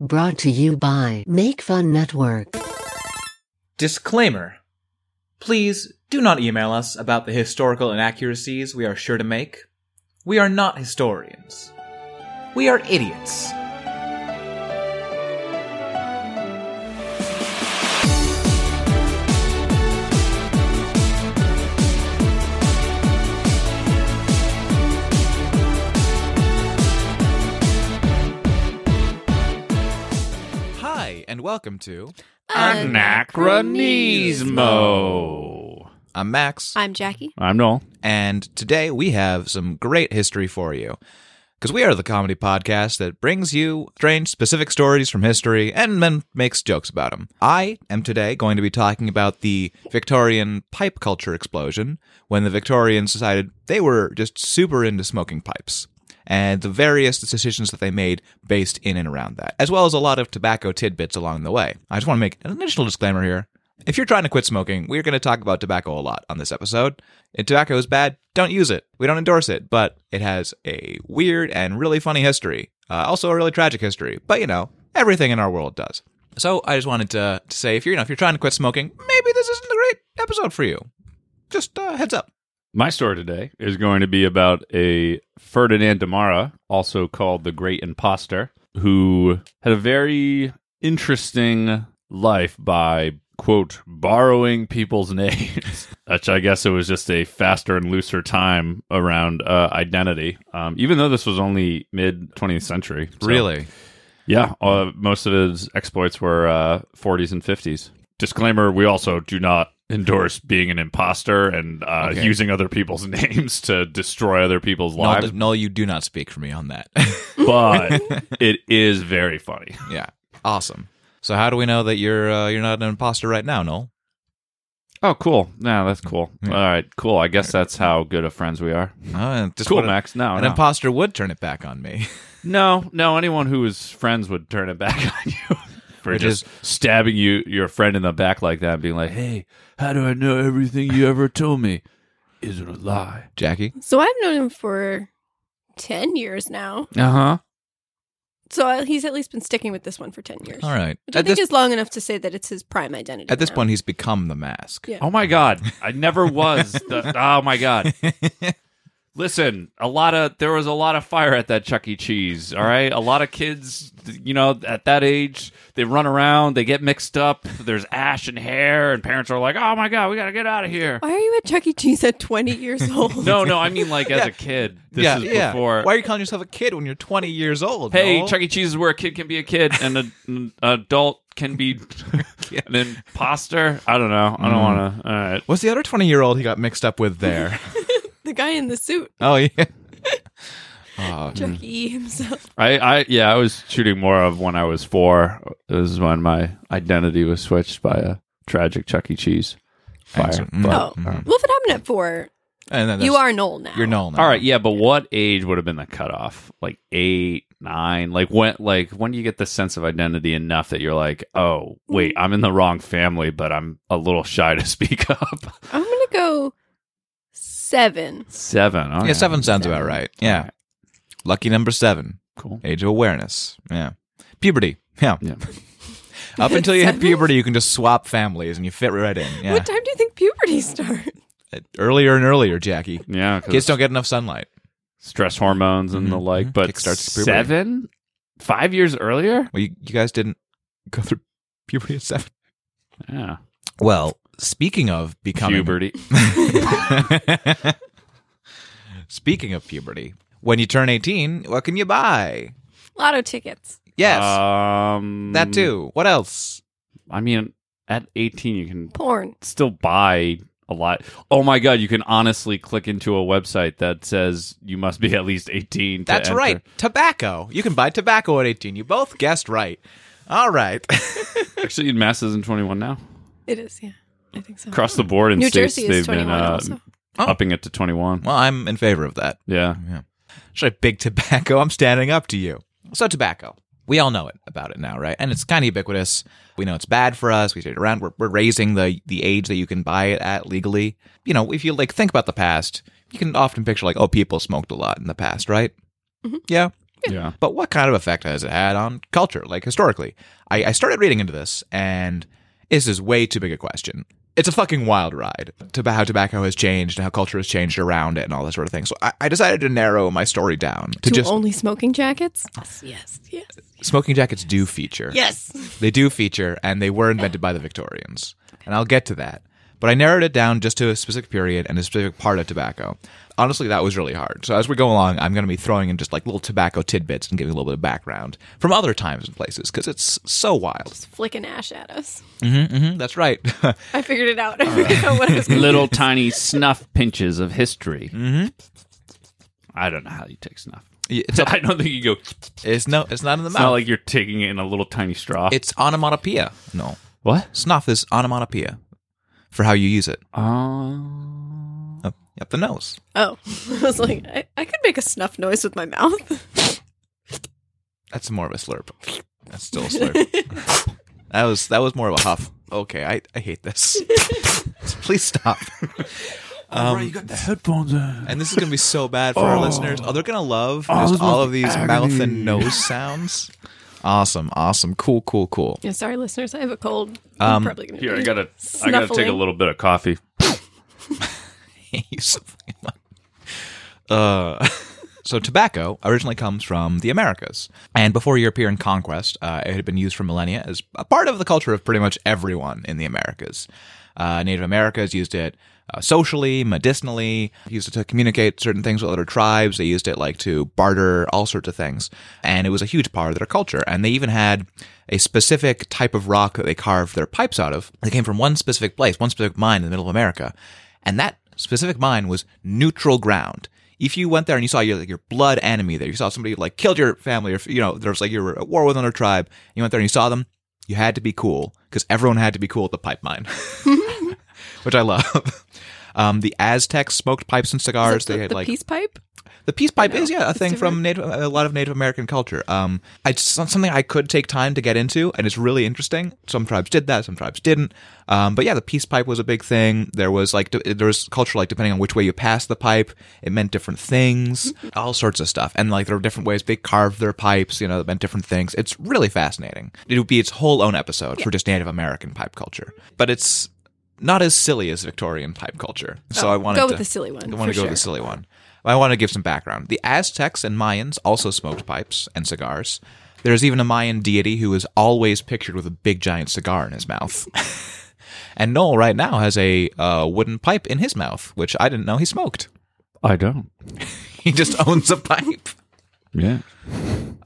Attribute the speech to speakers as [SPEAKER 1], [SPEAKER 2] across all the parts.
[SPEAKER 1] Brought to you by Make Fun Network.
[SPEAKER 2] Disclaimer Please do not email us about the historical inaccuracies we are sure to make. We are not historians. We are idiots.
[SPEAKER 3] Hi, and welcome to
[SPEAKER 4] Anachronismo.
[SPEAKER 3] I'm Max,
[SPEAKER 4] I'm Jackie.
[SPEAKER 5] I'm Noel.
[SPEAKER 3] and today we have some great history for you. Because we are the comedy podcast that brings you strange, specific stories from history and then makes jokes about them. I am today going to be talking about the Victorian pipe culture explosion when the Victorians decided they were just super into smoking pipes and the various decisions that they made based in and around that, as well as a lot of tobacco tidbits along the way. I just want to make an initial disclaimer here. If you're trying to quit smoking, we're going to talk about tobacco a lot on this episode. If tobacco is bad, don't use it. We don't endorse it, but it has a weird and really funny history. Uh, also, a really tragic history. But you know, everything in our world does. So I just wanted to, to say, if you're you know if you're trying to quit smoking, maybe this isn't a great episode for you. Just uh, heads up.
[SPEAKER 5] My story today is going to be about a Ferdinand de Mara, also called the Great Imposter, who had a very interesting life by quote borrowing people's names which i guess it was just a faster and looser time around uh, identity um, even though this was only mid 20th century So- Yeah, uh, most of his exploits were uh, 40s and 50s. Disclaimer: We also do not endorse being an imposter and uh,
[SPEAKER 3] Okay.
[SPEAKER 5] using other people's names to destroy other people's
[SPEAKER 3] No,
[SPEAKER 5] lives.
[SPEAKER 3] no, you do not speak for me on that.
[SPEAKER 5] but it is very funny.
[SPEAKER 3] yeah, awesome. So how do we know that you're uh, you're not an imposter right now, Noel?
[SPEAKER 5] Oh, cool. No, that's cool.
[SPEAKER 3] Yeah.
[SPEAKER 5] All right, cool. I guess that's how good of friends we are.
[SPEAKER 3] Uh, just
[SPEAKER 5] cool,
[SPEAKER 3] what a-
[SPEAKER 5] Max. No,
[SPEAKER 3] An
[SPEAKER 5] no.
[SPEAKER 3] imposter would turn it back on me.
[SPEAKER 5] No, no. Anyone who is friends would turn it back on you for
[SPEAKER 3] Which
[SPEAKER 5] just stabbing you, your friend in the back like that, and being like, "Hey, how do I know everything you ever told me isn't a lie?"
[SPEAKER 3] Jackie,
[SPEAKER 4] So I've known him for 10 years now.
[SPEAKER 5] Uh
[SPEAKER 3] Uh-huh.
[SPEAKER 5] huh.
[SPEAKER 4] So I- he's at least been sticking with this one for 10 years.
[SPEAKER 3] all right.
[SPEAKER 4] Which I
[SPEAKER 3] At
[SPEAKER 4] think
[SPEAKER 3] this,
[SPEAKER 4] is long enough to say that it's his prime identity.
[SPEAKER 3] at this
[SPEAKER 4] now.
[SPEAKER 3] point, he's become the mask.
[SPEAKER 4] Yeah.
[SPEAKER 5] Oh my god, I never was. The, oh my god. Listen, a lot of there was a lot of fire at that Chuck E. Cheese. All right, a lot of kids, you know, at that age, they run around, they get mixed up. There's ash and hair, and parents are like, "Oh my god, we gotta get out of here."
[SPEAKER 4] Why are you at Chuck E. Cheese at 20 years old?
[SPEAKER 5] No, no, I mean like as
[SPEAKER 3] Yeah.
[SPEAKER 5] a kid. This
[SPEAKER 3] yeah,
[SPEAKER 5] is
[SPEAKER 3] yeah.
[SPEAKER 5] before.
[SPEAKER 3] Why are you calling yourself a kid when you're 20 years old?
[SPEAKER 5] hey,
[SPEAKER 3] Noel?
[SPEAKER 5] Chuck E. Cheese is where a kid can be a kid and a- an adult can be an imposter. I don't know. I don't want to. All right.
[SPEAKER 3] What's the other 20 year old he got mixed up with there?
[SPEAKER 4] The guy in the suit,
[SPEAKER 3] oh yeah. Oh,
[SPEAKER 4] Chuck E. himself.
[SPEAKER 5] I, I, yeah, I was shooting more of when I was four. This is when my identity was switched by a tragic Chuck E. Cheese fire.
[SPEAKER 3] Excellent. Mm.
[SPEAKER 5] But-
[SPEAKER 4] Oh. Well, if it happened at four,
[SPEAKER 3] and then
[SPEAKER 4] you
[SPEAKER 3] that's-
[SPEAKER 4] are Noel now.
[SPEAKER 3] You're Noel. Now.
[SPEAKER 5] All right, yeah, but what age would have been the cutoff? Like eight, nine? Like when? Like when do you get the sense of identity enough that you're like, oh, wait, I'm in the wrong family, but I'm a little shy to speak up.
[SPEAKER 4] I'm going to go seven.
[SPEAKER 5] Seven. oh, all
[SPEAKER 3] Yeah,
[SPEAKER 5] right.
[SPEAKER 3] seven sounds about
[SPEAKER 4] Seven.
[SPEAKER 3] right.
[SPEAKER 5] All
[SPEAKER 3] Yeah.
[SPEAKER 5] right,
[SPEAKER 3] Lucky number seven.
[SPEAKER 5] cool.
[SPEAKER 3] Age of awareness. Yeah. Puberty. Yeah.
[SPEAKER 5] Yeah.
[SPEAKER 3] Up until you hit
[SPEAKER 4] Seven?
[SPEAKER 3] puberty, you can just swap families and you fit right in. Yeah.
[SPEAKER 4] What time do you think puberty starts?
[SPEAKER 3] earlier and earlier, Jackie.
[SPEAKER 5] Yeah, 'cause
[SPEAKER 3] Kids don't get enough sunlight.
[SPEAKER 5] stress hormones and the
[SPEAKER 3] Mhm,
[SPEAKER 5] like,
[SPEAKER 3] mhm.
[SPEAKER 5] but
[SPEAKER 3] Kickstarts puberty.
[SPEAKER 5] seven, five years earlier.
[SPEAKER 3] Well, you, you guys didn't go through puberty at seven.
[SPEAKER 5] Yeah,
[SPEAKER 3] Well, speaking of becoming.
[SPEAKER 5] puberty.
[SPEAKER 3] speaking of puberty, when you turn 18, what can you buy?
[SPEAKER 4] Lotto tickets.
[SPEAKER 3] Yes.
[SPEAKER 5] um,
[SPEAKER 3] that too. What else?
[SPEAKER 5] I mean, at eighteen, you can
[SPEAKER 4] Porn.
[SPEAKER 5] still buy a lot. Oh my god, you can honestly click into a website that says you must be at least 18 to
[SPEAKER 3] That's
[SPEAKER 5] enter.
[SPEAKER 3] right. Tobacco. You can buy tobacco at 18. You both guessed right. All right.
[SPEAKER 5] Actually, Mass isn't 21 now.
[SPEAKER 4] It is, yeah. I think so.
[SPEAKER 5] Across the board in
[SPEAKER 4] New
[SPEAKER 5] states
[SPEAKER 4] Jersey
[SPEAKER 5] they've
[SPEAKER 4] is 21
[SPEAKER 5] been uh,
[SPEAKER 4] also.
[SPEAKER 3] Oh.
[SPEAKER 5] upping it to 21.
[SPEAKER 3] well, I'm in favor of that.
[SPEAKER 5] Yeah.
[SPEAKER 3] Should I big tobacco? I'm standing up to you. So tobacco. We all know it about it now, right? And it's kind of ubiquitous. We know it's bad for us. We see it around. We're, we're raising the the age that you can buy it at legally. You know, if you like think about the past, you can often picture like, oh, people smoked a lot in the past, right? Yeah.
[SPEAKER 5] Yeah.
[SPEAKER 3] But what kind of effect has it had on culture, like historically? I, I started reading into this, and this is way too big a question. It's a fucking wild ride to how tobacco has changed and how culture has changed around it and all that sort of thing. So I, I decided to narrow my story down to,
[SPEAKER 4] to
[SPEAKER 3] just
[SPEAKER 4] only smoking jackets. Yes, yes, yes.
[SPEAKER 3] smoking jackets do feature.
[SPEAKER 4] Yes.
[SPEAKER 3] They do feature, and they were invented by the Victorians. And I'll get to that. But I narrowed it down just to a specific period and a specific part of tobacco. Honestly, that was really hard. So as we go along, I'm going to be throwing in just like little tobacco tidbits and giving a little bit of background from other times and places because it's so wild.
[SPEAKER 4] Flicking ash at us.
[SPEAKER 3] Mm, that's right.
[SPEAKER 4] I figured it out. I figured out what I was gonna
[SPEAKER 5] Little tiny snuff pinches of history. Mm-hmm. I don't know how you take snuff.
[SPEAKER 3] it's, up-
[SPEAKER 5] I don't think you go. It's
[SPEAKER 3] it's no, it's not in the
[SPEAKER 5] not
[SPEAKER 3] mouth.
[SPEAKER 5] like you're taking it in a little tiny straw.
[SPEAKER 3] it's onomatopoeia. No,
[SPEAKER 5] what?
[SPEAKER 3] snuff is onomatopoeia for how you use it
[SPEAKER 5] Um,
[SPEAKER 3] up, up the nose.
[SPEAKER 4] Oh, I was like, I, I could make a snuff noise with my mouth.
[SPEAKER 3] That's more of a slurp. That's still a slurp. that was that was more of a huff. Okay, I, I hate this. Please stop. Um,
[SPEAKER 5] the headphones on.
[SPEAKER 3] and this is gonna be so bad for our listeners. Oh, they're gonna love just
[SPEAKER 5] this
[SPEAKER 3] all
[SPEAKER 5] must
[SPEAKER 3] of
[SPEAKER 5] be
[SPEAKER 3] these mouth
[SPEAKER 5] agony.
[SPEAKER 3] and nose sounds. Awesome, awesome, cool, cool, cool.
[SPEAKER 4] yeah, sorry, listeners. I have a cold.
[SPEAKER 3] Um,
[SPEAKER 4] I'm probably gonna
[SPEAKER 5] Here,
[SPEAKER 4] be
[SPEAKER 5] I gotta, I gotta take a
[SPEAKER 4] snuffling.
[SPEAKER 5] little bit of coffee.
[SPEAKER 3] You so fucking much. Uh, so tobacco originally comes from the Americas, and before European conquest, uh, it had been used for millennia as a part of the culture of pretty much everyone in the Americas. Uh, Native Americans used it uh, socially, medicinally, used it to communicate certain things with other tribes. They used it like to barter all sorts of things, and it was a huge part of their culture. And they even had a specific type of rock that they carved their pipes out of. They came from one specific place, one specific mine in the middle of America, and that specific mine was neutral ground. If you went there and you saw your like, your blood enemy there, you saw somebody like killed your family, or you know there was like you were at war with another tribe, and you went there and you saw them, you had to be cool because everyone had to be cool at the pipe mine, which I love. Um, the Aztecs smoked pipes and cigars.
[SPEAKER 4] the,
[SPEAKER 3] they had
[SPEAKER 4] the
[SPEAKER 3] like
[SPEAKER 4] peace pipe.
[SPEAKER 3] the peace pipe is yeah a
[SPEAKER 4] it's
[SPEAKER 3] thing from Native, a lot of Native American culture. Um, I just something I could take time to get into, and it's really interesting. Some tribes did that, some tribes didn't. Um, but yeah, the peace pipe was a big thing. There was like d- there was culture like depending on which way you passed the pipe, it meant different things, all sorts of stuff. And like there were different ways they carved their pipes, you know, that meant different things. It's really fascinating. It would be its whole own episode for just Native American pipe culture, but it's not as silly as Victorian pipe culture. So
[SPEAKER 4] Oh,
[SPEAKER 3] I wanted
[SPEAKER 4] go
[SPEAKER 3] to
[SPEAKER 4] with the silly one,
[SPEAKER 3] I want to
[SPEAKER 4] for
[SPEAKER 3] go with
[SPEAKER 4] sure.
[SPEAKER 3] the silly one. I want to give some background. The Aztecs and Mayans also smoked pipes and cigars. There's even a Mayan deity who is always pictured with a big giant cigar in his mouth. and Noel right now has a uh, wooden pipe in his mouth, which I didn't know he smoked.
[SPEAKER 5] I don't.
[SPEAKER 3] He just owns a pipe.
[SPEAKER 5] Yeah.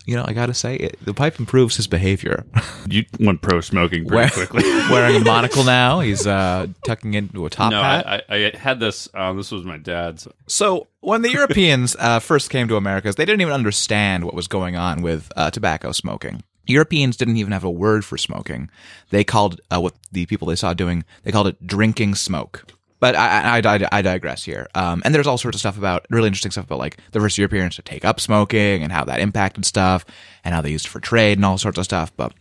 [SPEAKER 3] You know, I gotta say, it, the pipe improves his behavior.
[SPEAKER 5] You went pro smoking pretty
[SPEAKER 3] Wear-
[SPEAKER 5] quickly.
[SPEAKER 3] Wearing a monocle now, he's uh, tucking into a top
[SPEAKER 5] No,
[SPEAKER 3] hat.
[SPEAKER 5] I, I, I had this. Um, this was my dad's.
[SPEAKER 3] So when the Europeans uh, first came to Americas, they didn't even understand what was going on with uh, tobacco smoking. Europeans didn't even have a word for smoking. They called uh, what the people they saw doing. They called it drinking smoke. But I, I, I, I digress here. Um, and there's all sorts of stuff about really interesting stuff about like the first Europeans to take up smoking and how that impacted stuff and how they used it for trade and all sorts of stuff. But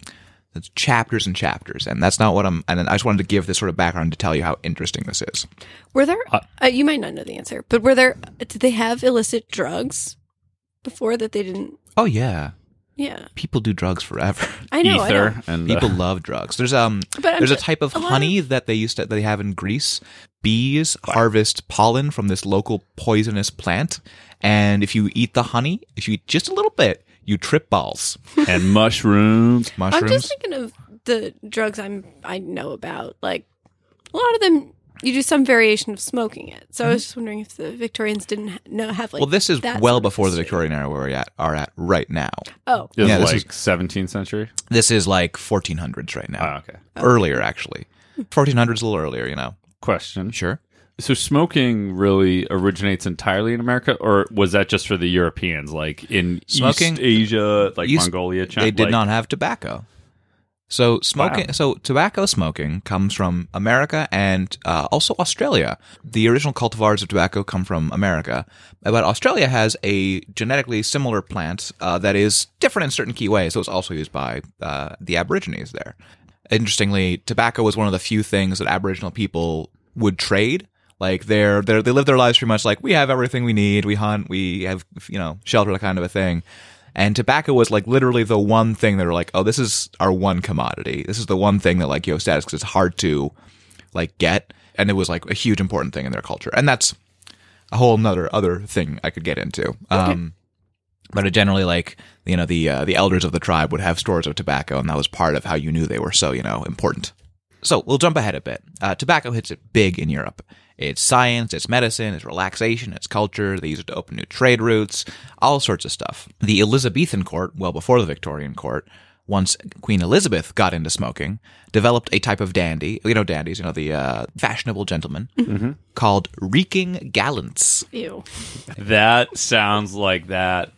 [SPEAKER 3] it's chapters and chapters, and that's not what I'm. And I just wanted to give this sort of background to tell you how interesting this is.
[SPEAKER 4] Were there? uh, you might not know the answer, but were there? Did they have illicit drugs before that they didn't?
[SPEAKER 3] Oh yeah,
[SPEAKER 4] Yeah,
[SPEAKER 3] people do drugs forever.
[SPEAKER 4] I know. I know.
[SPEAKER 5] ether and uh,
[SPEAKER 3] People love drugs. There's um
[SPEAKER 4] But I'm
[SPEAKER 3] there's a
[SPEAKER 4] ju-
[SPEAKER 3] type of
[SPEAKER 4] a lot
[SPEAKER 3] honey that they used to that they have in Greece. Bees harvest pollen from this local poisonous plant, and if you eat the honey, if you eat just a little bit, you trip balls,
[SPEAKER 5] and mushrooms.
[SPEAKER 3] mushrooms.
[SPEAKER 4] I'm just thinking of the drugs I'm I know about. Like a lot of them, you do some variation of smoking it. So I was just wondering if the Victorians didn't ha- know have like.
[SPEAKER 3] Mm-hmm. well, this is
[SPEAKER 4] that
[SPEAKER 3] well
[SPEAKER 4] sort of
[SPEAKER 3] before the
[SPEAKER 4] history.
[SPEAKER 3] Victorian era where we at, are at right now.
[SPEAKER 4] Oh,
[SPEAKER 5] It was
[SPEAKER 3] Yeah, this
[SPEAKER 5] like
[SPEAKER 3] is-
[SPEAKER 5] 17th century.
[SPEAKER 3] This is like 1400s right now.
[SPEAKER 4] Uh,
[SPEAKER 5] Oh, okay.
[SPEAKER 3] Earlier, actually. 1400s a little earlier, you know.
[SPEAKER 5] Question.
[SPEAKER 3] Sure.
[SPEAKER 5] So smoking really originates entirely in America, or was that just for the Europeans, like in
[SPEAKER 3] Smoking-
[SPEAKER 5] East Asia, like
[SPEAKER 3] East-
[SPEAKER 5] Mongolia, China?
[SPEAKER 3] They did
[SPEAKER 5] like-
[SPEAKER 3] not have tobacco. So smoking, so tobacco smoking comes from America and uh, also Australia. The original cultivars of tobacco come from America, but Australia has a genetically similar plant uh, that is different in certain key ways. So it's also used by uh, the Aborigines there. Interestingly, tobacco was one of the few things that Aboriginal people would trade. Like they're, they're they live their lives pretty much like we have everything we need. We hunt. We have you know shelter, that kind of a thing. And tobacco was like literally the one thing that were like, oh, this is our one commodity. This is the one thing that like yo status because it's hard to like get, and it was like a huge important thing in their culture, and that's a whole nother other thing I could get into. Um, but it generally like you know the uh, the elders of the tribe would have stores of tobacco, and that was part of how you knew they were so you know important. So we'll jump ahead a bit. Uh, tobacco hits it big in Europe. It's science, it's medicine, it's relaxation, it's culture. They use it to open new trade routes, all sorts of stuff. The Elizabethan court, well before the Victorian court, once Queen Elizabeth got into smoking, developed a type of dandy. You know, dandies, you know, the uh, fashionable gentleman
[SPEAKER 4] Mm-hmm.
[SPEAKER 3] called reeking gallants.
[SPEAKER 4] Ew.
[SPEAKER 5] That sounds like that.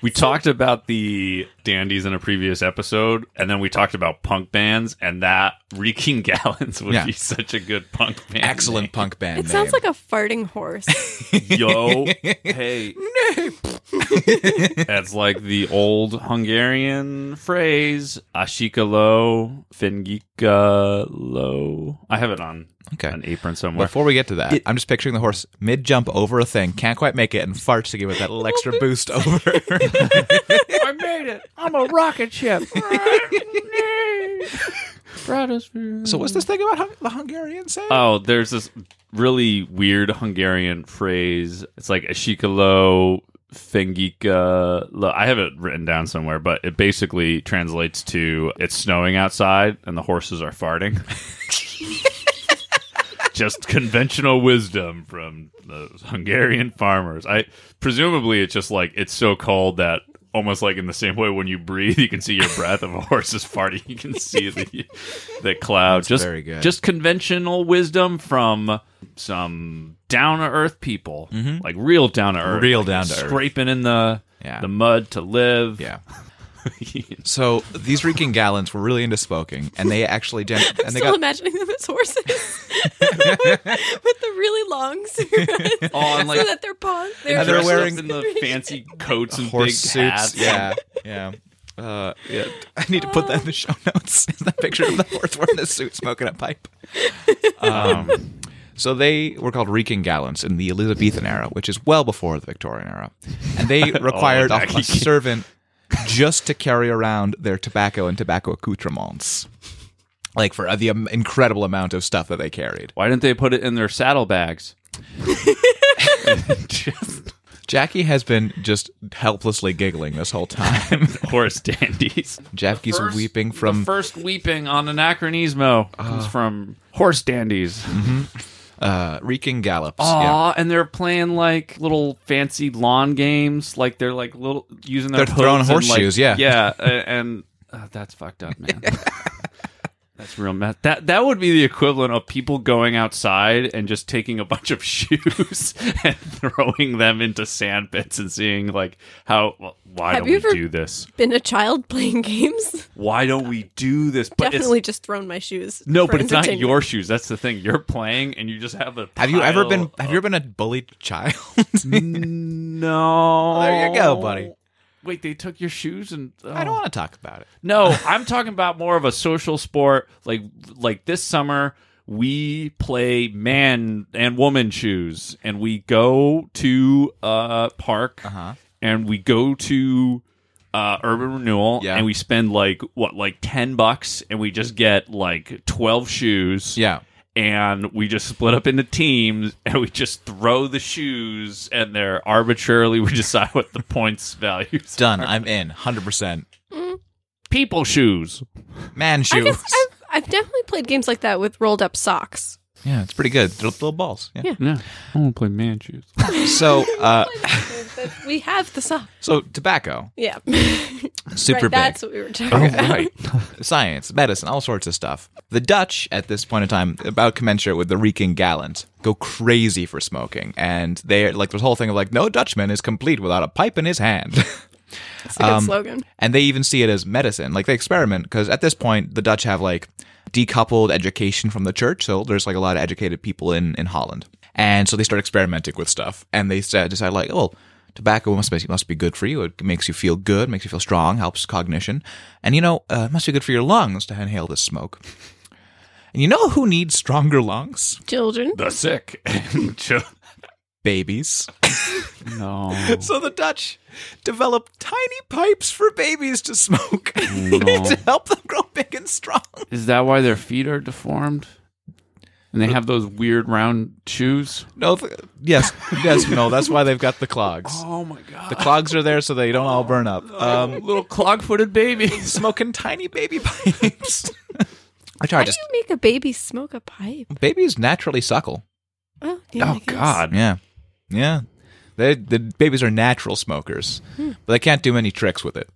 [SPEAKER 5] We talked about the dandies in a previous episode, and then we talked about punk bands, and that Reeking Gallants would
[SPEAKER 3] Yeah.
[SPEAKER 5] be such a good punk band.
[SPEAKER 3] Excellent punk band.
[SPEAKER 4] It sounds
[SPEAKER 3] name.
[SPEAKER 4] like a farting horse.
[SPEAKER 5] Yo, hey. That's like the old Hungarian phrase, Ashikalo, Fingikalo. I have it on
[SPEAKER 3] Okay.
[SPEAKER 5] an apron somewhere.
[SPEAKER 3] Before we get to that, I'm just picturing the horse mid jump over a thing, can't quite make it, and farts to give it that little extra boost over.
[SPEAKER 5] I made it. I'm a rocket ship. Stratosphere.
[SPEAKER 3] so, what's this thing about hung- the Hungarian saying?
[SPEAKER 5] Oh, there's this really weird Hungarian phrase. It's like Ashikalo Fengika. lo- I have it written down somewhere, but it basically translates to it's snowing outside and the horses are farting. just conventional wisdom from the Hungarian farmers. I presumably it's just like it's so cold that almost like in the same way when you breathe, you can see your breath of a horse's farting. You can see the the cloud. just
[SPEAKER 3] very good.
[SPEAKER 5] just conventional wisdom from some down to earth people, like real down to earth,
[SPEAKER 3] Mm-hmm. Real
[SPEAKER 5] like
[SPEAKER 3] down-to-earth.
[SPEAKER 5] scraping in the
[SPEAKER 3] Yeah.
[SPEAKER 5] the mud to live.
[SPEAKER 3] Yeah. so these reeking gallants were really into smoking, and they actually gen- and they
[SPEAKER 4] Still
[SPEAKER 3] got
[SPEAKER 4] imagining them as horses with the really long cigarettes,
[SPEAKER 5] Oh, and like
[SPEAKER 4] so that their paws. They're,
[SPEAKER 3] And they're
[SPEAKER 5] dressed up
[SPEAKER 3] wearing-
[SPEAKER 5] in the fancy coats and
[SPEAKER 3] horse
[SPEAKER 5] big
[SPEAKER 3] suits.
[SPEAKER 5] hats.
[SPEAKER 3] Yeah, yeah. Uh, yeah, I need to put that in the show notes. Is that picture of the horse wearing a suit smoking a pipe? Um, so they were called reeking gallants in the Elizabethan era, which is well before the Victorian era, and they required a- a
[SPEAKER 5] tacky.
[SPEAKER 3] servant just to carry around their tobacco and tobacco accoutrements, like for the um, incredible amount of stuff that they carried.
[SPEAKER 5] Why didn't they put it in their saddlebags? just
[SPEAKER 3] Jackie has been just helplessly giggling this whole time.
[SPEAKER 5] horse dandies.
[SPEAKER 3] Jackie's
[SPEAKER 5] First-
[SPEAKER 3] weeping
[SPEAKER 5] the
[SPEAKER 3] from Ah.
[SPEAKER 5] first weeping on Anachronismo comes from horse dandies.
[SPEAKER 3] uh, reeking gallops. Yeah.
[SPEAKER 5] Aw, and they're playing like little fancy lawn games, like they're like little using their
[SPEAKER 3] They're throwing
[SPEAKER 5] hooves and, like-
[SPEAKER 3] horseshoes, yeah.
[SPEAKER 5] yeah, uh, and uh, that's fucked up, man. that's real mess. That that would be the equivalent of people going outside and just taking a bunch of shoes and throwing them into sand pits and seeing like how well, why
[SPEAKER 4] Have
[SPEAKER 5] don't
[SPEAKER 4] you
[SPEAKER 5] we
[SPEAKER 4] ever-
[SPEAKER 5] do this?
[SPEAKER 4] been a child playing games.
[SPEAKER 5] Why don't we do this? But it's-
[SPEAKER 4] Definitely just thrown my shoes.
[SPEAKER 5] no,
[SPEAKER 4] for
[SPEAKER 5] but it's not
[SPEAKER 4] entertainment.
[SPEAKER 5] your shoes. That's the thing. You're playing, and you just have a.
[SPEAKER 3] Have you ever
[SPEAKER 5] pile
[SPEAKER 3] been? Have
[SPEAKER 5] of-
[SPEAKER 3] you ever been a bullied child?
[SPEAKER 5] no.
[SPEAKER 3] Oh, There you go, buddy.
[SPEAKER 5] Wait, they took your shoes and oh.
[SPEAKER 3] I don't want to talk about it.
[SPEAKER 5] No, I'm talking about more of a social sport. Like like this summer, we play man and woman shoes, and we go to a park,
[SPEAKER 3] Uh-huh.
[SPEAKER 5] and we go to uh, Urban Renewal,
[SPEAKER 3] Yeah.
[SPEAKER 5] and we spend like what like ten bucks, and we just get like twelve shoes,
[SPEAKER 3] Yeah.
[SPEAKER 5] and we just split up into teams and we just throw the shoes and they're arbitrarily we decide what the points values
[SPEAKER 3] Done. I'm in. Hundred percent.
[SPEAKER 5] people shoes
[SPEAKER 3] Man
[SPEAKER 4] I
[SPEAKER 3] shoes.
[SPEAKER 4] guess I've, I've definitely played games like that with rolled up socks.
[SPEAKER 3] Yeah, it's pretty good. They're little balls. Yeah.
[SPEAKER 5] yeah i want to play man shoes
[SPEAKER 3] So, uh,
[SPEAKER 4] But we have the sock.
[SPEAKER 3] so tobacco,
[SPEAKER 4] Yeah.
[SPEAKER 3] super big. Oh,
[SPEAKER 4] right, that's what we were talking
[SPEAKER 5] Oh,
[SPEAKER 4] about.
[SPEAKER 3] right. Science, medicine, all sorts of stuff. The Dutch, at this point in time, about commensurate with the reeking gallant, go crazy for smoking. And they like this whole thing of like, no Dutchman is complete without a pipe in his hand.
[SPEAKER 4] It's a
[SPEAKER 5] Um,
[SPEAKER 4] good slogan.
[SPEAKER 3] and they even see it as medicine. Like they experiment because at this point the Dutch have like decoupled education from the church, so there's like a lot of educated people in in Holland, and so they start experimenting with stuff, and they sa- decide like, oh. Tobacco must be, must be good for you. It makes you feel good, makes you feel strong, helps cognition. And you know, uh, it must be good for your lungs to inhale this smoke. And you know who needs stronger lungs?
[SPEAKER 4] Children.
[SPEAKER 5] the sick and chil-
[SPEAKER 3] babies.
[SPEAKER 5] No.
[SPEAKER 3] So the Dutch developed tiny pipes for babies to smoke
[SPEAKER 5] No.
[SPEAKER 3] to help them grow big and strong.
[SPEAKER 5] Is that why their feet are deformed? And they have those weird round shoes?
[SPEAKER 3] No, th- yes, yes, no. That's why they've got the clogs.
[SPEAKER 5] Oh my god.
[SPEAKER 3] The clogs are there so they don't all burn up. Um,
[SPEAKER 5] Little clog footed babies.
[SPEAKER 3] smoking tiny baby pipes. I try
[SPEAKER 4] How
[SPEAKER 3] just
[SPEAKER 4] do you make a baby smoke a pipe?
[SPEAKER 3] babies naturally suckle.
[SPEAKER 4] Oh, yeah, I
[SPEAKER 5] Oh
[SPEAKER 4] guess.
[SPEAKER 5] god.
[SPEAKER 3] Yeah, yeah. They, the babies are natural smokers, but they can't do many tricks with it.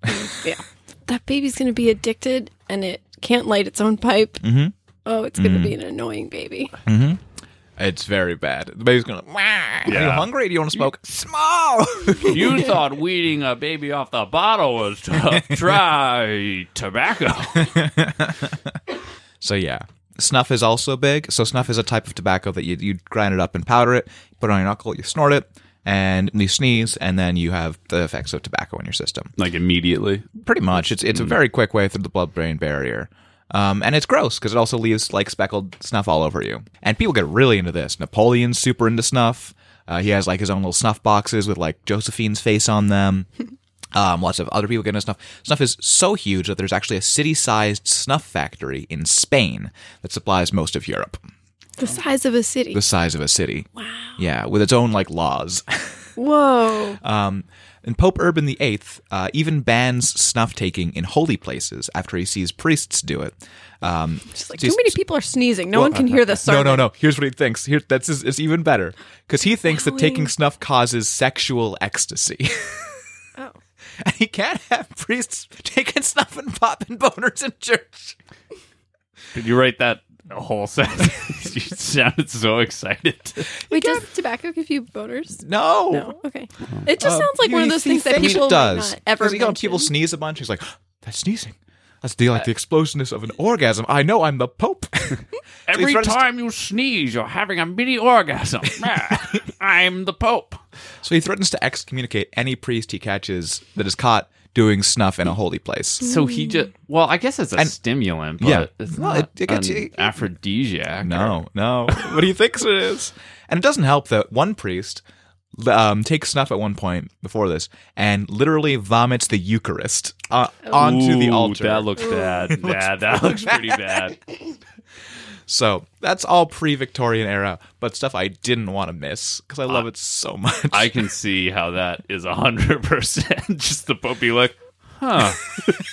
[SPEAKER 4] Yeah. That baby's going to be addicted and it can't light its own pipe. Mm-hmm. Oh, it's going to
[SPEAKER 3] Mm.
[SPEAKER 4] be an annoying baby.
[SPEAKER 3] It's very bad. The baby's gonna. "Wah, Are you
[SPEAKER 5] Yeah.
[SPEAKER 3] hungry? Do you want to smoke? Small.
[SPEAKER 5] You thought weeding a baby off the bottle was tough. Try tobacco.
[SPEAKER 3] so yeah, snuff is also big. So snuff is a type of tobacco that you you grind it up and powder it, put it on your knuckle, you snort it, and you sneeze, and then you have the effects of tobacco in your system.
[SPEAKER 5] Like immediately.
[SPEAKER 3] Pretty much, it's it's a very quick way through the blood-brain barrier. Um, and it's gross because it also leaves like speckled snuff all over you. And people get really into this. Napoleon's super into snuff. Uh, he has like his own little snuff boxes with like Josephine's face on them. Um, lots of other people get into snuff. Snuff is so huge that there's actually a city-sized snuff factory in Spain that supplies most of Europe,
[SPEAKER 4] The size of a city.
[SPEAKER 3] the size of a city. Wow. Yeah, with its own like laws.
[SPEAKER 4] Whoa.
[SPEAKER 3] Um, and Pope Urban VIII uh, even bans snuff taking in holy places after he sees priests do it. Um,
[SPEAKER 4] Just like
[SPEAKER 3] just- uh,
[SPEAKER 4] too many people are sneezing. No one can hear this.
[SPEAKER 3] no, no, no. Here's what he thinks. Here, that's is, is even better because he thinks that taking snuff causes sexual ecstasy.
[SPEAKER 4] Oh.
[SPEAKER 3] and he can't have priests taking snuff and popping boners in church.
[SPEAKER 5] Did you write that whole sentence? you sounded so excited.
[SPEAKER 4] Wait, does tobacco give you boners?
[SPEAKER 3] No.
[SPEAKER 4] No. Okay. It just sounds like
[SPEAKER 3] Uh,
[SPEAKER 4] one of
[SPEAKER 3] Um, You
[SPEAKER 4] those
[SPEAKER 3] see,
[SPEAKER 4] things that
[SPEAKER 3] think
[SPEAKER 4] people
[SPEAKER 3] it
[SPEAKER 4] might
[SPEAKER 3] does
[SPEAKER 4] not ever
[SPEAKER 3] because you know, people
[SPEAKER 4] mention. Uh,
[SPEAKER 3] sneeze a bunch. He's like, that's sneezing. That's the like the explosiveness of an orgasm. I know I'm the pope.
[SPEAKER 5] Every
[SPEAKER 3] tries to-
[SPEAKER 5] time you sneeze, you're having a mini orgasm. I'm the Pope.
[SPEAKER 3] So he threatens to excommunicate any priest he catches that is caught doing snuff in a holy place.
[SPEAKER 5] So he just well, I guess it's a
[SPEAKER 3] And-
[SPEAKER 5] stimulant,
[SPEAKER 3] Yeah.
[SPEAKER 5] but it's
[SPEAKER 3] Well,
[SPEAKER 5] not
[SPEAKER 3] it- it gets
[SPEAKER 5] an
[SPEAKER 3] you-
[SPEAKER 5] aphrodisiac.
[SPEAKER 3] No, no. But he thinks it is. And it doesn't help that one priest um, takes snuff at one point before this and literally vomits the Eucharist uh, onto the
[SPEAKER 5] Ooh,
[SPEAKER 3] altar.
[SPEAKER 5] That looks bad. yeah, that looks pretty bad.
[SPEAKER 3] so that's all pre Victorian era, but stuff I didn't want to miss because I love it so much.
[SPEAKER 5] I can see how that is hundred percent. Just the Pope be like, huh?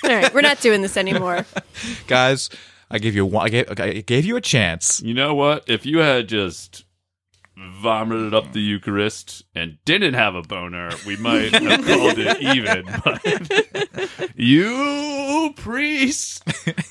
[SPEAKER 4] All right, we're not doing this anymore.
[SPEAKER 3] Guys, I gave you one, I gave, I gave you a chance.
[SPEAKER 5] You know what? If you had just vomited up the Eucharist and didn't have a boner, we might have called it even. But you priest,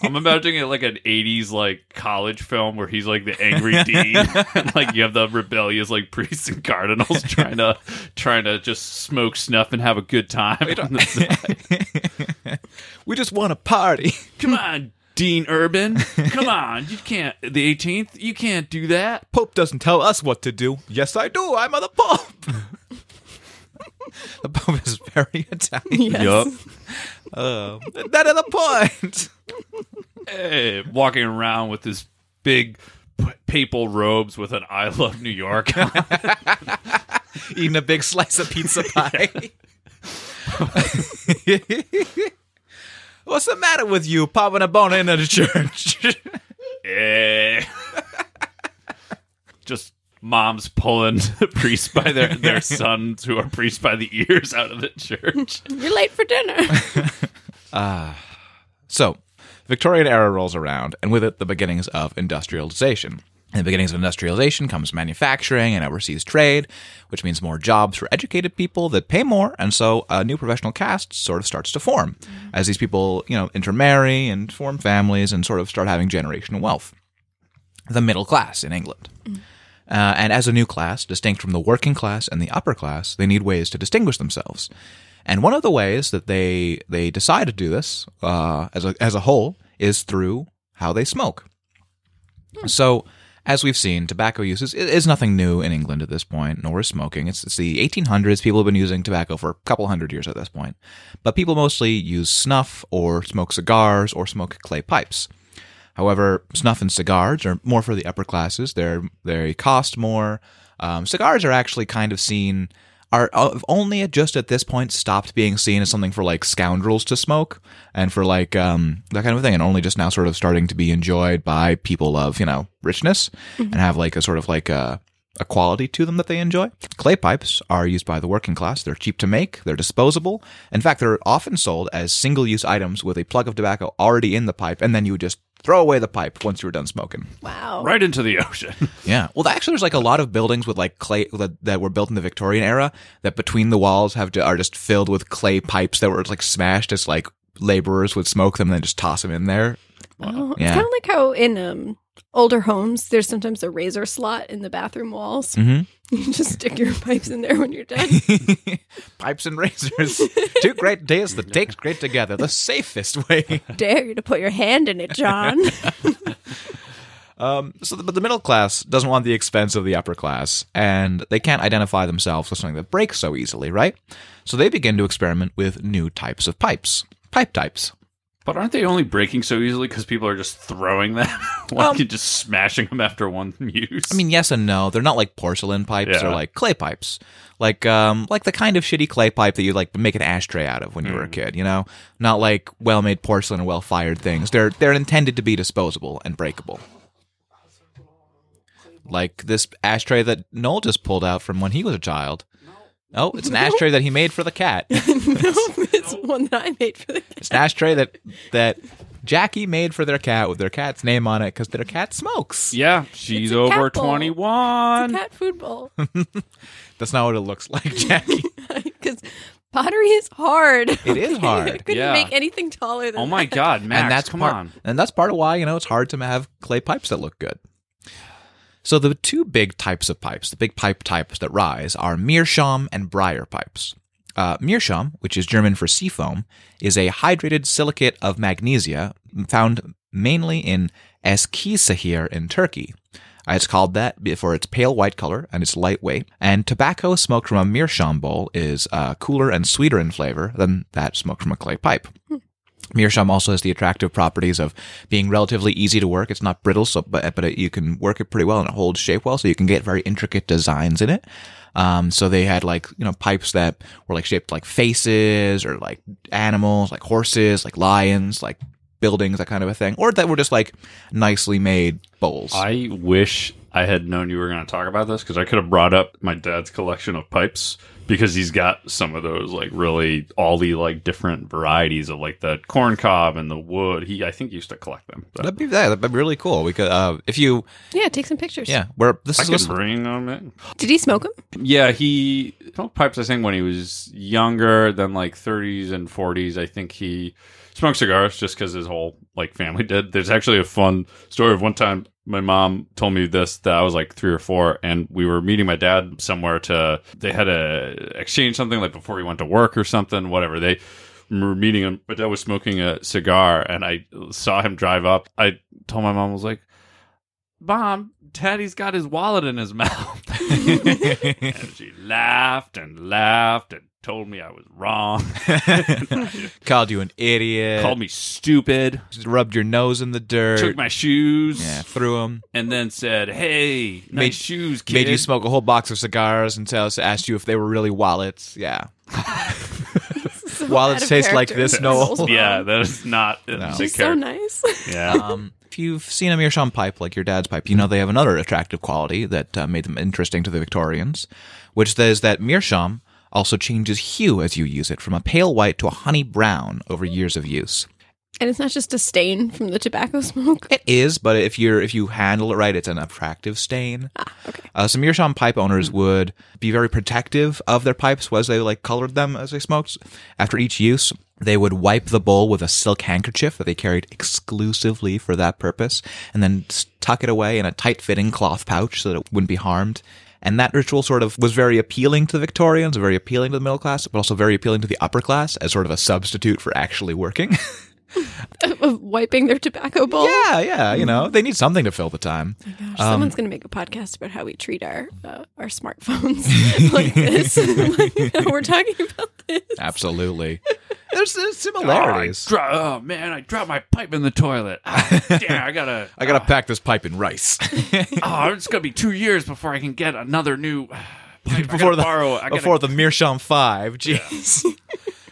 [SPEAKER 5] I'm imagining it like an '80s like college film where he's like the angry dean, and, like you have the rebellious like priests and cardinals trying to trying to just smoke snuff and have a good time. on the side.
[SPEAKER 3] We just want to party.
[SPEAKER 5] Come on. Dean Urban, come on! You can't the 18th. You can't do that.
[SPEAKER 3] Pope doesn't tell us what to do. Yes, I do. I'm the Pope. the Pope is very Italian.
[SPEAKER 4] Yes.
[SPEAKER 5] Yup.
[SPEAKER 3] Oh, that is the point.
[SPEAKER 5] eh, walking around with his big p- papal robes with an I love New York.
[SPEAKER 3] Eating a big slice of pizza pie. What's the matter with you popping a bone into the church?
[SPEAKER 5] Eh. Just moms pulling priests by their, their sons who are priests by the ears out of the church.
[SPEAKER 4] You're late for dinner.
[SPEAKER 3] So, Victorian era rolls around, and with it, the beginnings of industrialization. In the beginnings of industrialization comes manufacturing and overseas trade, which means more jobs for educated people that pay more, and so a new professional caste sort of starts to form as these people, you know, intermarry and form families and sort of start having generational wealth. The middle class in England. Uh, and as a new class, distinct from the working class and the upper class, they need ways to distinguish themselves. And one of the ways that they they decide to do this uh, as a as a whole is through how they smoke. So, as we've seen, tobacco use is, is nothing new in England at this point, nor is smoking. It's, it's the 1800s. People have been using tobacco for a couple hundred years at this point. But people mostly use snuff or smoke cigars or smoke clay pipes. However, snuff and cigars are more for the upper classes. They're they cost more. Um, cigars are actually kind of seen are have only at- just at this point stopped being seen as something for like scoundrels to smoke and for like um, that kind of thing, and only just now sort of starting to be enjoyed by people of you know richness and have like a sort of like a a quality to them that they enjoy. Clay pipes are used by the working class. They're cheap to make, they're disposable. In fact, they're often sold as single use items with a plug of tobacco already in the pipe, and then you would just throw away the pipe once you were done smoking.
[SPEAKER 4] Wow.
[SPEAKER 5] Right into the ocean.
[SPEAKER 3] Yeah. Well, actually, there's like a lot of buildings with like clay that, that were built in the Victorian era that between the walls have to, are just filled with clay pipes that were like smashed as like laborers would smoke them and then just toss them in there.
[SPEAKER 4] Oh, It's
[SPEAKER 3] Yeah.
[SPEAKER 4] kind of like how in um, older homes, there's sometimes a razor slot in the bathroom walls.
[SPEAKER 3] Mhm.
[SPEAKER 4] You just stick your pipes in there when you're done.
[SPEAKER 3] Pipes and razors. Two great days that take great together. The safest way.
[SPEAKER 4] Dare you to put your hand in it, John?
[SPEAKER 3] Um, so, the, but the middle class doesn't want the expense of the upper class, and they can't identify themselves with something that breaks so easily, right? So they begin to experiment with new types of pipes, pipe types.
[SPEAKER 5] But aren't they only breaking so easily because people are just throwing them, like you're just smashing them after one use?
[SPEAKER 3] Um, I mean, yes and no. They're not like porcelain pipes.
[SPEAKER 5] Yeah.
[SPEAKER 3] They're like clay pipes, like um, like the kind of shitty clay pipe that you like make an ashtray out of when you
[SPEAKER 5] Mm.
[SPEAKER 3] were a kid. You know, not like well-made porcelain or well-fired things. They're they're intended to be disposable and breakable. Like this ashtray that Noel just pulled out from when he was a child. Oh, it's an ashtray that he made for the cat. It's
[SPEAKER 4] no, it's one that I made for the kids.
[SPEAKER 3] an ashtray that that Jackie made for their cat with their cat's name on it because their cat smokes.
[SPEAKER 5] yeah, she's
[SPEAKER 4] It's a
[SPEAKER 5] over
[SPEAKER 4] cat bowl.
[SPEAKER 5] twenty one.
[SPEAKER 4] cat food bowl.
[SPEAKER 3] That's not what it looks like, Jackie.
[SPEAKER 4] Because pottery is hard.
[SPEAKER 3] It is
[SPEAKER 4] I
[SPEAKER 3] hard.
[SPEAKER 4] couldn't
[SPEAKER 5] Yeah.
[SPEAKER 4] make anything taller than
[SPEAKER 5] Oh my god, Max!
[SPEAKER 3] and that's
[SPEAKER 5] come
[SPEAKER 3] part,
[SPEAKER 5] on.
[SPEAKER 3] And that's part of why you know it's hard to have clay pipes that look good. So the two big types of pipes, the big pipe types that rise, are meerschaum and briar pipes. Uh, meerschaum, which is German for sea foam, is a hydrated silicate of magnesia found mainly in Eskisehir in Turkey. Uh, It's called that for its pale white color and it's lightweight. And tobacco smoked from a meerschaum bowl is uh, cooler and sweeter in flavor than that smoked from a clay pipe. Meerschaum also has the attractive properties of being relatively easy to work. It's not brittle, so but but it, you can work it pretty well and it holds shape well, so you can get very intricate designs in it. Um, so they had like you know pipes that were like shaped like faces or like animals, like horses, like lions, like buildings, that kind of a thing, or that were just like nicely made bowls.
[SPEAKER 5] I wish I had known you were going to talk about this because I could have brought up my dad's collection of pipes because he's got some of those like really all the like different varieties of like the corn cob and the wood. He I think used to collect them. So
[SPEAKER 3] that'd be yeah, that'd be really cool. We could uh, if you
[SPEAKER 4] Yeah, take some pictures.
[SPEAKER 3] yeah, where this
[SPEAKER 5] I
[SPEAKER 3] is
[SPEAKER 5] could bring them in.
[SPEAKER 4] Did he smoke them?
[SPEAKER 5] Yeah, he smoked pipes. I think when he was younger than like 30s and 40s. I think he smoked cigars just because his whole like family did. There's actually a fun story of one time my mom told me this that I was like three or four, and we were meeting my dad somewhere to they had to exchange something like before he went to work or something, whatever they. were meeting him, my dad was smoking a cigar, and I saw him drive up. I told my mom, I was like, "Mom, Daddy's got his wallet in his mouth." and she laughed and laughed and told me I was wrong.
[SPEAKER 3] called you an idiot,
[SPEAKER 5] Called me stupid.
[SPEAKER 3] rubbed your nose in the dirt,
[SPEAKER 5] Took my shoes
[SPEAKER 3] yeah, threw them.
[SPEAKER 5] and then said, "Hey, nice
[SPEAKER 3] Made-
[SPEAKER 5] shoes, kid."
[SPEAKER 3] Made you smoke a whole box of cigars and tell us asked you if they were really wallets. Yeah. Wallets
[SPEAKER 4] out of
[SPEAKER 3] taste like
[SPEAKER 4] character.
[SPEAKER 3] this, Noel.
[SPEAKER 5] Yeah, that is not.
[SPEAKER 4] She's so nice.
[SPEAKER 5] Yeah.
[SPEAKER 3] Um, if you've seen a meerschaum pipe like your dad's pipe, you know they have another attractive quality that uh, made them interesting to the Victorians, which is that meerschaum also changes hue as you use it from a pale white to a honey brown over years of use.
[SPEAKER 4] and it's not just a stain from the tobacco smoke.
[SPEAKER 3] It is, but if you're if you handle it right, it's an attractive stain. Uh, some meerschaum pipe owners would be very protective of their pipes as they like colored them as they smoked. After each use, they would wipe the bowl with a silk handkerchief that they carried exclusively for that purpose, and then s- tuck it away in a tight-fitting cloth pouch so that it wouldn't be harmed. And that ritual sort of was very appealing to the Victorians, very appealing to the middle class, but also very appealing to the upper class as sort of a substitute for actually working.
[SPEAKER 4] of wiping their tobacco bowl.
[SPEAKER 3] yeah, yeah, you know, they need something to fill the time.
[SPEAKER 4] Gosh, someone's going to make a podcast about how we treat our uh, our smartphones like this. Like, we're talking about this.
[SPEAKER 3] Absolutely. There's, there's similarities.
[SPEAKER 5] Dro- oh man, I dropped my pipe in the toilet. Ah, Damn, I gotta.
[SPEAKER 3] I gotta pack this pipe in rice
[SPEAKER 5] Oh, it's gonna be two years before I can get another new. Pipe. I
[SPEAKER 3] before
[SPEAKER 5] gotta
[SPEAKER 3] the
[SPEAKER 5] borrow. I gotta-
[SPEAKER 3] before the meerschaum five. Jeez.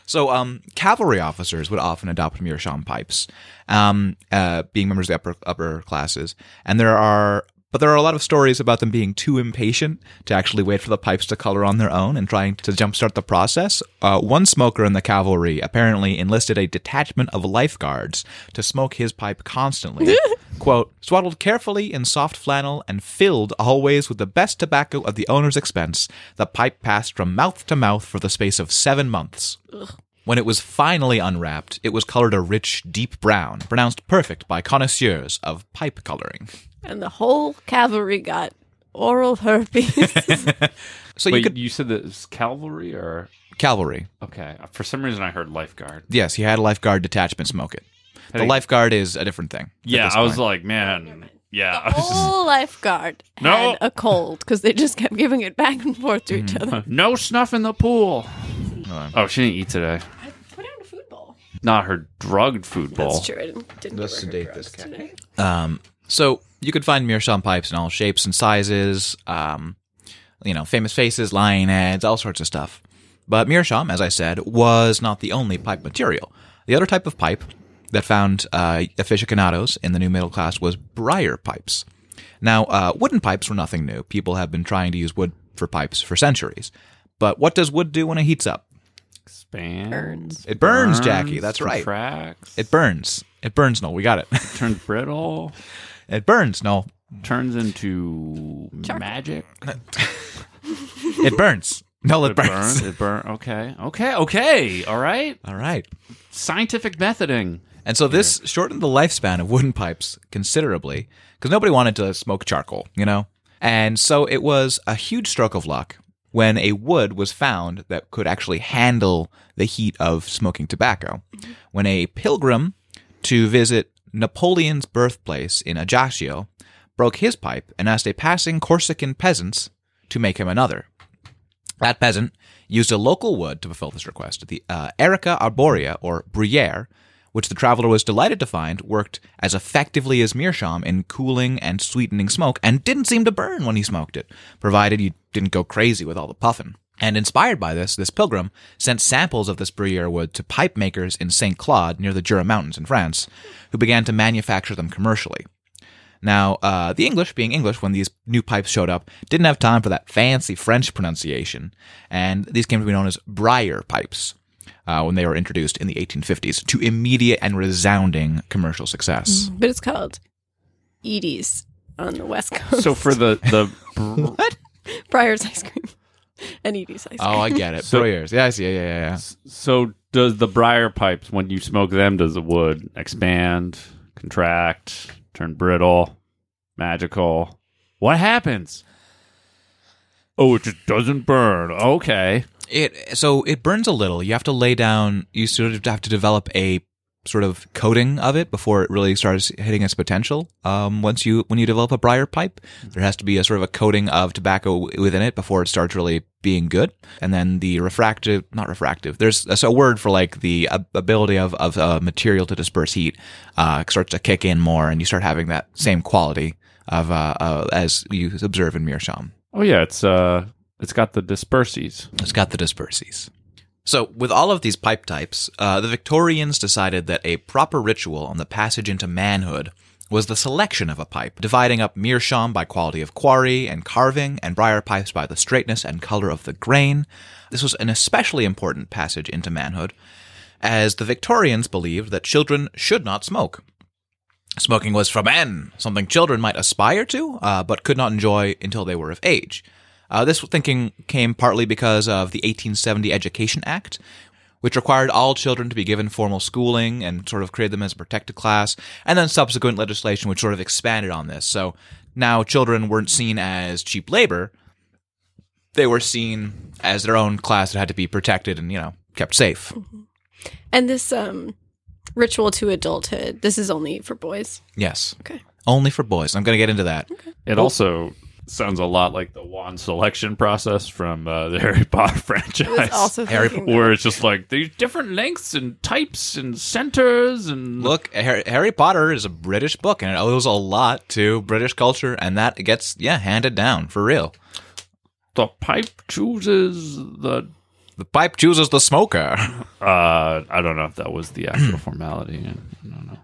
[SPEAKER 3] so, um, cavalry officers would often adopt meerschaum pipes, um, uh, being members of the upper upper classes, and there are. But there are a lot of stories about them being too impatient to actually wait for the pipes to color on their own and trying to jumpstart the process. Uh, one smoker in the cavalry apparently enlisted a detachment of lifeguards to smoke his pipe constantly. Quote, swaddled carefully in soft flannel and filled always with the best tobacco at the owner's expense, the pipe passed from mouth to mouth for the space of seven months. When it was finally unwrapped, it was colored a rich, deep brown, pronounced perfect by connoisseurs of pipe coloring.
[SPEAKER 4] and the whole cavalry got oral herpes.
[SPEAKER 3] So
[SPEAKER 5] Wait,
[SPEAKER 3] you could
[SPEAKER 5] you said that it's cavalry or
[SPEAKER 3] cavalry.
[SPEAKER 5] okay? For some reason, I heard lifeguard.
[SPEAKER 3] Yes, you had a lifeguard detachment smoke it. The
[SPEAKER 5] Hey.
[SPEAKER 3] lifeguard is a different thing. at
[SPEAKER 5] Yeah,
[SPEAKER 3] this
[SPEAKER 5] I was
[SPEAKER 3] point.
[SPEAKER 5] like, man, yeah. I was just-
[SPEAKER 4] whole lifeguard
[SPEAKER 5] No. Mm.
[SPEAKER 4] had a cold because they just kept giving it back and forth to each other.
[SPEAKER 5] no snuff in the pool. Oh, she didn't eat today.
[SPEAKER 4] I put out a food bowl.
[SPEAKER 5] Not her drugged food bowl.
[SPEAKER 4] That's true. I didn't, didn't
[SPEAKER 3] Let's
[SPEAKER 4] give her
[SPEAKER 3] sedate
[SPEAKER 4] her drugs
[SPEAKER 3] this cat.
[SPEAKER 4] today.
[SPEAKER 3] Um, so you could find meerschaum pipes in all shapes and sizes. Um, you know, famous faces, lion heads, all sorts of stuff. But meerschaum, as I said, was not the only pipe material. The other type of pipe that found uh, aficionados in the new middle class was briar pipes. Now, uh, wooden pipes were nothing new. People have been trying to use wood for pipes for centuries. But what does wood do when it heats up?
[SPEAKER 5] Expands.
[SPEAKER 4] Burns.
[SPEAKER 3] It burns, Jackie. That's right.
[SPEAKER 5] Contracts.
[SPEAKER 3] It burns. It burns, no. We got it.
[SPEAKER 5] turns brittle.
[SPEAKER 3] it burns, no.
[SPEAKER 5] Turns into magic.
[SPEAKER 3] It burns. No, it burns.
[SPEAKER 5] Burn. It burn. Okay. Okay. Okay. All right.
[SPEAKER 3] All right.
[SPEAKER 5] Scientific methoding.
[SPEAKER 3] And so this shortened the lifespan of wooden pipes considerably because nobody wanted to smoke charcoal, you know? And so it was a huge stroke of luck when a wood was found that could actually handle the heat of smoking tobacco. When a pilgrim to visit Napoleon's birthplace in Ajaccio broke his pipe and asked a passing Corsican peasant to make him another. That peasant used a local wood to fulfill this request, the uh, Erica arborea, or Bruyere, which the traveler was delighted to find worked as effectively as meerschaum in cooling and sweetening smoke and didn't seem to burn when he smoked it, provided you didn't go crazy with all the puffing. And inspired by this, this pilgrim sent samples of this Bruyere wood to pipe makers in St. Claude near the Jura Mountains in France, who began to manufacture them commercially. Now, uh, the English, being English, when these new pipes showed up, didn't have time for that fancy French pronunciation, and these came to be known as briar pipes uh, when they were introduced in the 1850s to immediate and resounding commercial success.
[SPEAKER 4] But it's called Edie's on the West Coast.
[SPEAKER 5] So for the the br-
[SPEAKER 3] What?
[SPEAKER 4] Briar's ice cream and Edie's ice cream.
[SPEAKER 3] Oh, I get it.
[SPEAKER 5] So-
[SPEAKER 3] Briars. Yes, yeah, yeah, yeah, yeah.
[SPEAKER 5] so does the briar pipes when you smoke them does the wood expand, contract, turn brittle, magical? What happens? Oh, it just doesn't burn. Okay.
[SPEAKER 3] It so it burns a little. You have to lay down. You sort of have to develop a sort of coating of it before it really starts hitting its potential. Um, once you when you develop a briar pipe, there has to be a sort of a coating of tobacco w- within it before it starts really being good. And then the refractive, not refractive. There's a, so a word for like the ab- ability of of uh, material to disperse heat uh, starts to kick in more, and you start having that same quality of uh, uh, as you observe in meerschaum.
[SPEAKER 5] Oh yeah, it's uh it's got the disperses.
[SPEAKER 3] It's got the disperses. So, with all of these pipe types, uh, the Victorians decided that a proper ritual on the passage into manhood was the selection of a pipe, dividing up meerschaum by quality of quarry and carving, and briar pipes by the straightness and color of the grain. This was an especially important passage into manhood, as the Victorians believed that children should not smoke. Smoking was for men, something children might aspire to, uh, but could not enjoy until they were of age. Uh, this thinking came partly because of the 1870 Education Act, which required all children to be given formal schooling and sort of created them as a protected class, and then subsequent legislation which sort of expanded on this. So now children weren't seen as cheap labor, they were seen as their own class that had to be protected and, you know, kept safe.
[SPEAKER 5] Oh.
[SPEAKER 4] and this um, ritual to adulthood, this is only for boys.
[SPEAKER 3] Yes.
[SPEAKER 4] Okay. Oh.
[SPEAKER 3] Only for boys. I'm going to get into that.
[SPEAKER 5] It also Sounds a lot like the wand selection process from uh, the Harry Potter franchise.
[SPEAKER 4] I was also
[SPEAKER 3] Harry
[SPEAKER 4] thinking that.
[SPEAKER 5] where it's just like these different lengths and types and centers and
[SPEAKER 3] Look, Harry, Harry Potter is a British book, and it owes a lot to British culture, and that gets yeah handed down for real.
[SPEAKER 5] the pipe chooses the
[SPEAKER 3] The pipe chooses the smoker.
[SPEAKER 5] uh i don't know if that was the actual formality i don't know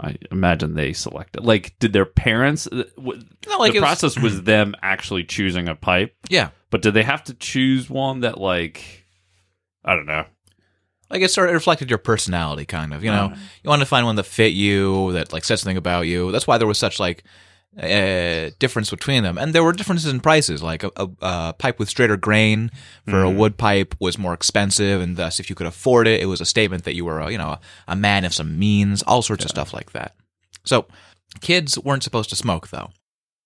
[SPEAKER 5] i imagine they selected like did their parents uh, w-
[SPEAKER 3] No, like
[SPEAKER 5] the
[SPEAKER 3] it was-
[SPEAKER 5] process was them actually choosing a pipe
[SPEAKER 3] yeah,
[SPEAKER 5] but did they have to choose one that like i don't know
[SPEAKER 3] like it sort of reflected your personality, kind of. You know, you wanted to find one that fit you, that like said something about you. That's why there was such like uh, difference between them, and there were differences in prices. Like a, a, a pipe with straighter grain for a wood pipe was more expensive, and thus, if you could afford it, it was a statement that you were a, you know a man of some means. All sorts of stuff like that. So, kids weren't supposed to smoke though.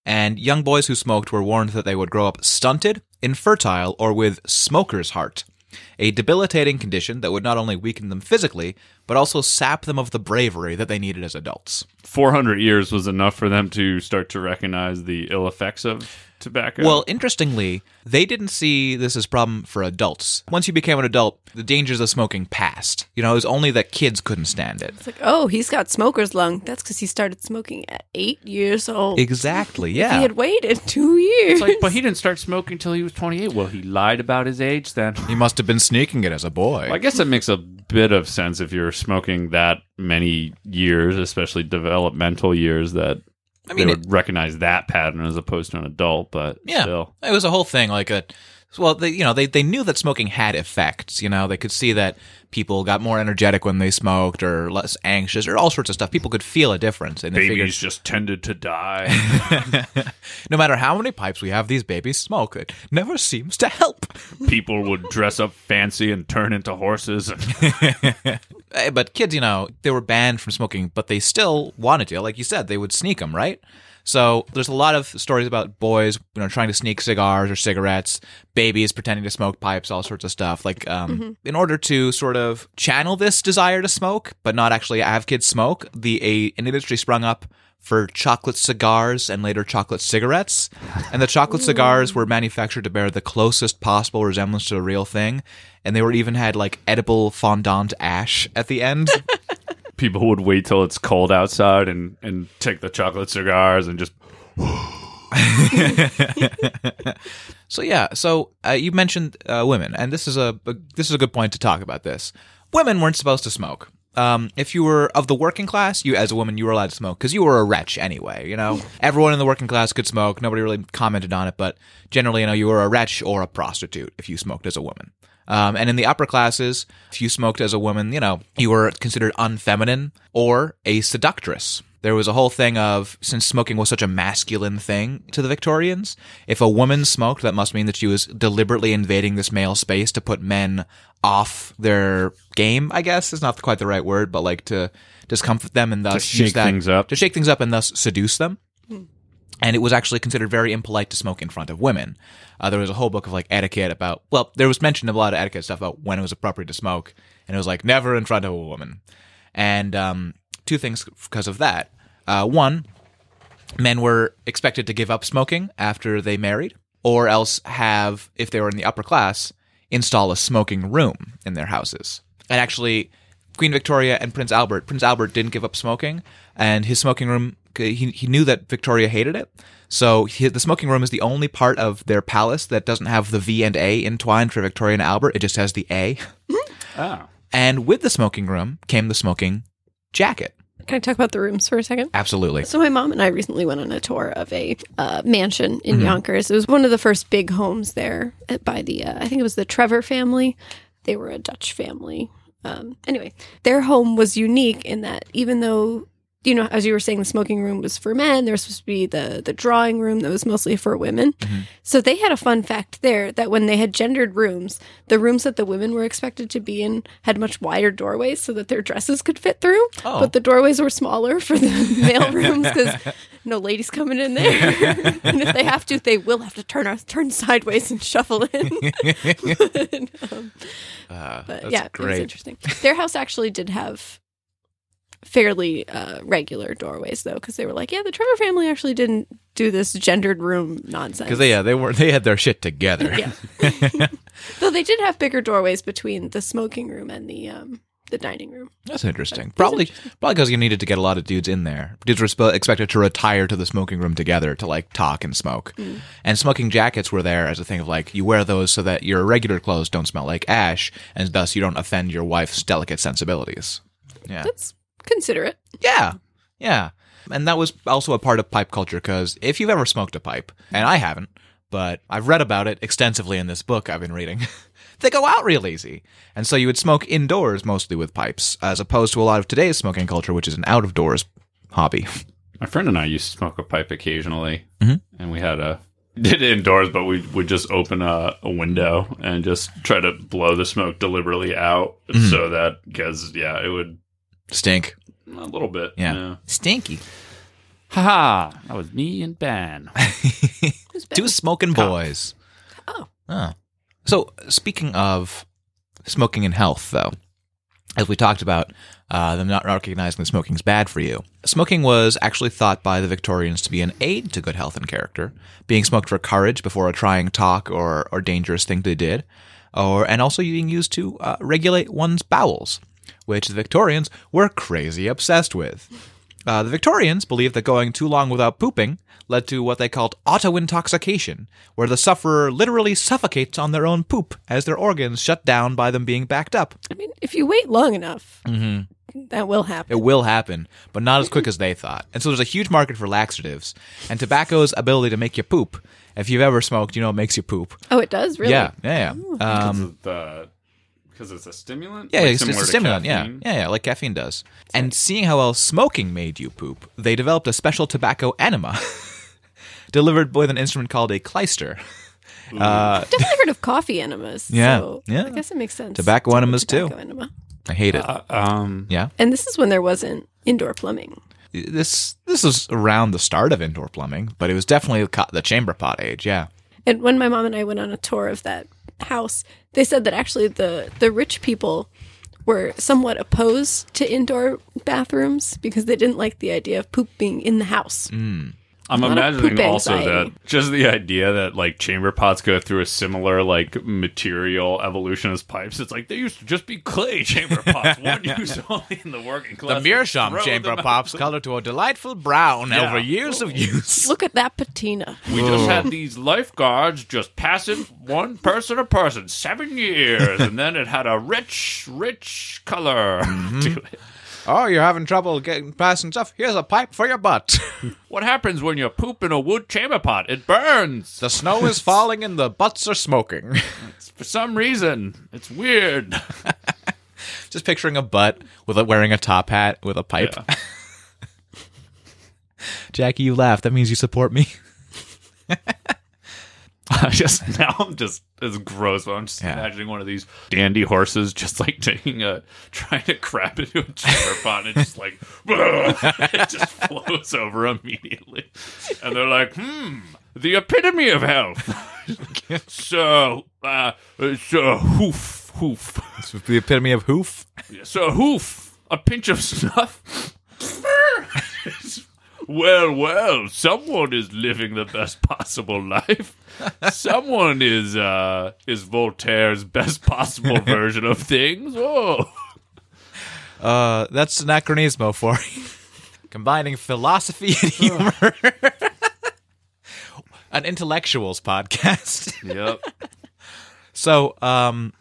[SPEAKER 3] And young boys who smoked were warned that they would grow up stunted, infertile, or with smoker's heart, a debilitating condition that would not only weaken them physically, but also sap them of the bravery that they needed as adults.
[SPEAKER 5] 400 years was enough for them to start to recognize the ill effects of tobacco
[SPEAKER 3] Well, interestingly, they didn't see this as a problem for adults. Once you became an adult, the dangers of smoking passed. You know, it was only that kids couldn't stand it.
[SPEAKER 4] It's like, oh, he's got smoker's lung. That's because he started smoking at eight years old.
[SPEAKER 3] Exactly,
[SPEAKER 4] He
[SPEAKER 3] yeah.
[SPEAKER 4] had waited two years.
[SPEAKER 5] It's like, but he didn't start smoking until he was 28. Well, he lied about his age then.
[SPEAKER 3] He must have been sneaking it as a boy.
[SPEAKER 5] Well, I guess it makes a bit of sense if you're smoking that many years, especially developmental years, that
[SPEAKER 3] I mean,
[SPEAKER 5] they
[SPEAKER 3] it-
[SPEAKER 5] would recognize that pattern as opposed to an adult. But
[SPEAKER 3] Yeah,
[SPEAKER 5] still,
[SPEAKER 3] it was a whole thing. Like a, well, they, you know, they they knew that smoking had effects. You know, they could see that people got more energetic when they smoked, or less anxious, or all sorts of stuff. People could feel a difference, and they
[SPEAKER 5] babies just tended to die.
[SPEAKER 3] figured, no matter how many pipes we have, these babies smoke. It never seems to help.
[SPEAKER 5] People would dress up fancy and turn into horses.
[SPEAKER 3] Eh, But kids, you know, they were banned from smoking, but they still wanted to. Like you said, they would sneak them, right? So there's a lot of stories about boys, you know, trying to sneak cigars or cigarettes, babies pretending to smoke pipes, all sorts of stuff. Like, um, in order to sort of channel this desire to smoke, but not actually have kids smoke, the a an industry sprung up for chocolate cigars and later chocolate cigarettes. And the chocolate cigars were manufactured to bear the closest possible resemblance to the real thing, and they were even had like edible fondant ash at the end.
[SPEAKER 5] People would wait till it's cold outside and, and take the chocolate cigars and just
[SPEAKER 3] So yeah, so uh, you mentioned uh, women, and this is a, a this is a good point to talk about this. Women weren't supposed to smoke. Um, if you were of the working class, you as a woman, you were allowed to smoke because you were a wretch anyway. You know, everyone in the working class could smoke. Nobody really commented on it, but generally, you know, you were a wretch or a prostitute if you smoked as a woman. Um, and in the upper classes, if you smoked as a woman, you know, you were considered unfeminine or a seductress. There was a whole thing of since smoking was such a masculine thing to the Victorians, if a woman smoked, that must mean that she was deliberately invading this male space to put men off their game. I guess is not quite the right word, but like to discomfort them and thus
[SPEAKER 5] shake
[SPEAKER 3] use that-
[SPEAKER 5] things up.
[SPEAKER 3] to shake things up and thus seduce them and it was actually considered very impolite to smoke in front of women. Uh, there was a whole book of like etiquette about, well, there was mention of a lot of etiquette stuff about when it was appropriate to smoke, and it was like never in front of a woman. And um, two things because of that. Uh, one, men were expected to give up smoking after they married, or else have, if they were in the upper class, install a smoking room in their houses. And actually, Queen Victoria and Prince Albert, Prince Albert didn't give up smoking, and his smoking room, he, he knew that Victoria hated it. So he, the smoking room is the only part of their palace that doesn't have the V and A entwined for Victoria and Albert. It just has the A. Ah.
[SPEAKER 5] oh.
[SPEAKER 3] And with the smoking room came the smoking jacket.
[SPEAKER 4] Can I talk about the rooms for a second?
[SPEAKER 3] Absolutely.
[SPEAKER 4] So my mom and I recently went on a tour of a uh, mansion in Yonkers. It was one of the first big homes there uh, by the uh, I think it was the Trevor family. They were a Dutch family. Um, anyway, their home was unique in that even though you know as you were saying the smoking room was for men, there was supposed to be the the drawing room that was mostly for women. So they had a fun fact there that when they had gendered rooms, the rooms that the women were expected to be in had much wider doorways so that their dresses could fit through.
[SPEAKER 3] Oh.
[SPEAKER 4] But the doorways were smaller for the male rooms because no ladies coming in there. and if they have to, they will have to turn our, turn sideways and shuffle in. but um, but
[SPEAKER 3] that's
[SPEAKER 4] yeah, it was
[SPEAKER 3] great.
[SPEAKER 4] interesting. Their house actually did have fairly uh, regular doorways though, because they were like, yeah, the Trevor family actually didn't do this gendered room nonsense.
[SPEAKER 3] Because they yeah they were they had their shit together.
[SPEAKER 4] Yeah. Though they did have bigger doorways between the smoking room and the um the dining room.
[SPEAKER 3] That's interesting. Probably probably because you needed to get a lot of dudes in there. Dudes were spe- expected to retire to the smoking room together to like talk and smoke. And smoking jackets were there as a thing of like you wear those so that your regular clothes don't smell like ash and thus you don't offend your wife's delicate sensibilities. Yeah.
[SPEAKER 4] That's considerate.
[SPEAKER 3] Yeah. Yeah. And that was also a part of pipe culture because if you've ever smoked a pipe, and I haven't, but I've read about it extensively in this book I've been reading, they go out real easy. And so you would smoke indoors mostly with pipes, as opposed to a lot of today's smoking culture, which is an out of doors hobby.
[SPEAKER 5] My friend and I used to smoke a pipe occasionally, and we had a did it indoors, but we would just open a, a window and just try to blow the smoke deliberately out so that because yeah, it would
[SPEAKER 3] Stink.
[SPEAKER 5] a little bit.
[SPEAKER 3] Yeah. Stinky.
[SPEAKER 5] Haha, that was me and Ben.
[SPEAKER 4] Who's better?
[SPEAKER 3] Two smoking boys.
[SPEAKER 4] Oh.
[SPEAKER 3] Oh. So, speaking of smoking and health, though, as we talked about uh, them not recognizing that smoking's bad for you, smoking was actually thought by the Victorians to be an aid to good health and character, being smoked for courage before a trying talk or, or dangerous thing they did, or and also being used to uh, regulate one's bowels, which the Victorians were crazy obsessed with. Uh, the Victorians believed that going too long without pooping led to what they called auto intoxication, where the sufferer literally suffocates on their own poop as their organs shut down by them being backed up.
[SPEAKER 4] I mean, if you wait long enough,
[SPEAKER 3] Mm-hmm.
[SPEAKER 4] that will happen.
[SPEAKER 3] It will happen, but not as quick as they thought. And so there's a huge market for laxatives, and tobacco's ability to make you poop. If you've ever smoked, you know it makes you poop.
[SPEAKER 4] oh, it does really.
[SPEAKER 3] Yeah, yeah, yeah. Um,
[SPEAKER 5] because it's a stimulant.
[SPEAKER 3] yeah,
[SPEAKER 5] Like,
[SPEAKER 3] it's, it's
[SPEAKER 5] similar
[SPEAKER 3] a
[SPEAKER 5] to
[SPEAKER 3] stimulant. Yeah,
[SPEAKER 5] caffeine?
[SPEAKER 3] yeah, yeah, like caffeine does. And seeing how well smoking made you poop, they developed a special tobacco enema, delivered with an instrument called a clyster. Uh,
[SPEAKER 4] Definitely heard of coffee enemas.
[SPEAKER 3] Yeah.
[SPEAKER 4] so
[SPEAKER 3] Yeah.
[SPEAKER 4] I guess it makes sense.
[SPEAKER 3] Tobacco enemas, too.
[SPEAKER 4] Tobacco enema.
[SPEAKER 3] I hate it.
[SPEAKER 5] Uh, um,
[SPEAKER 3] yeah,
[SPEAKER 4] And this is when there wasn't indoor plumbing.
[SPEAKER 3] this this was around the start of indoor plumbing, but it was definitely the co- the chamber pot age. Yeah.
[SPEAKER 4] And when my mom and I went on a tour of that house, they said that actually the the rich people were somewhat opposed to indoor bathrooms because they didn't like the idea of poop being in the house.
[SPEAKER 3] Mm.
[SPEAKER 5] I'm
[SPEAKER 4] lot of
[SPEAKER 5] imagining
[SPEAKER 4] poop
[SPEAKER 5] also
[SPEAKER 4] anxiety.
[SPEAKER 5] that just the idea that like chamber pots go through a similar like material evolution as pipes. It's like they used to just be clay chamber pots, one use only in the working class.
[SPEAKER 3] The meerschaum
[SPEAKER 5] Throw
[SPEAKER 3] chamber
[SPEAKER 5] them out.
[SPEAKER 3] pops color to a delightful brown
[SPEAKER 5] Yeah.
[SPEAKER 3] over years of use.
[SPEAKER 4] Look at that patina.
[SPEAKER 5] We just had these lifeguards just passing one person a person, seven years, and then it had a rich, rich color to it.
[SPEAKER 3] Oh, you're having trouble getting past and stuff? Here's a pipe for your butt.
[SPEAKER 5] What happens when you poop in a wood chamber pot? It burns.
[SPEAKER 3] the snow is falling and the butts are smoking.
[SPEAKER 5] For some reason, it's weird.
[SPEAKER 3] Just picturing a butt with a, wearing a top hat with a pipe.
[SPEAKER 5] Yeah.
[SPEAKER 3] Jackie, you laugh. That means you support me.
[SPEAKER 5] I just now I'm just it's gross, but I'm just
[SPEAKER 3] Yeah.
[SPEAKER 5] imagining one of these dandy horses just like taking a trying to crap into a chamber pot and it's just like it just flows over immediately. And they're like, hmm, the epitome of health. so uh so hoof hoof.
[SPEAKER 3] It's the epitome of hoof.
[SPEAKER 5] So hoof, a pinch of snuff. well, well, someone is living the best possible life. Someone is uh is Voltaire's best possible version of things. Oh.
[SPEAKER 3] Uh, that's anachronismo for you. combining philosophy and humor. An intellectuals podcast.
[SPEAKER 5] Yep.
[SPEAKER 3] So, um,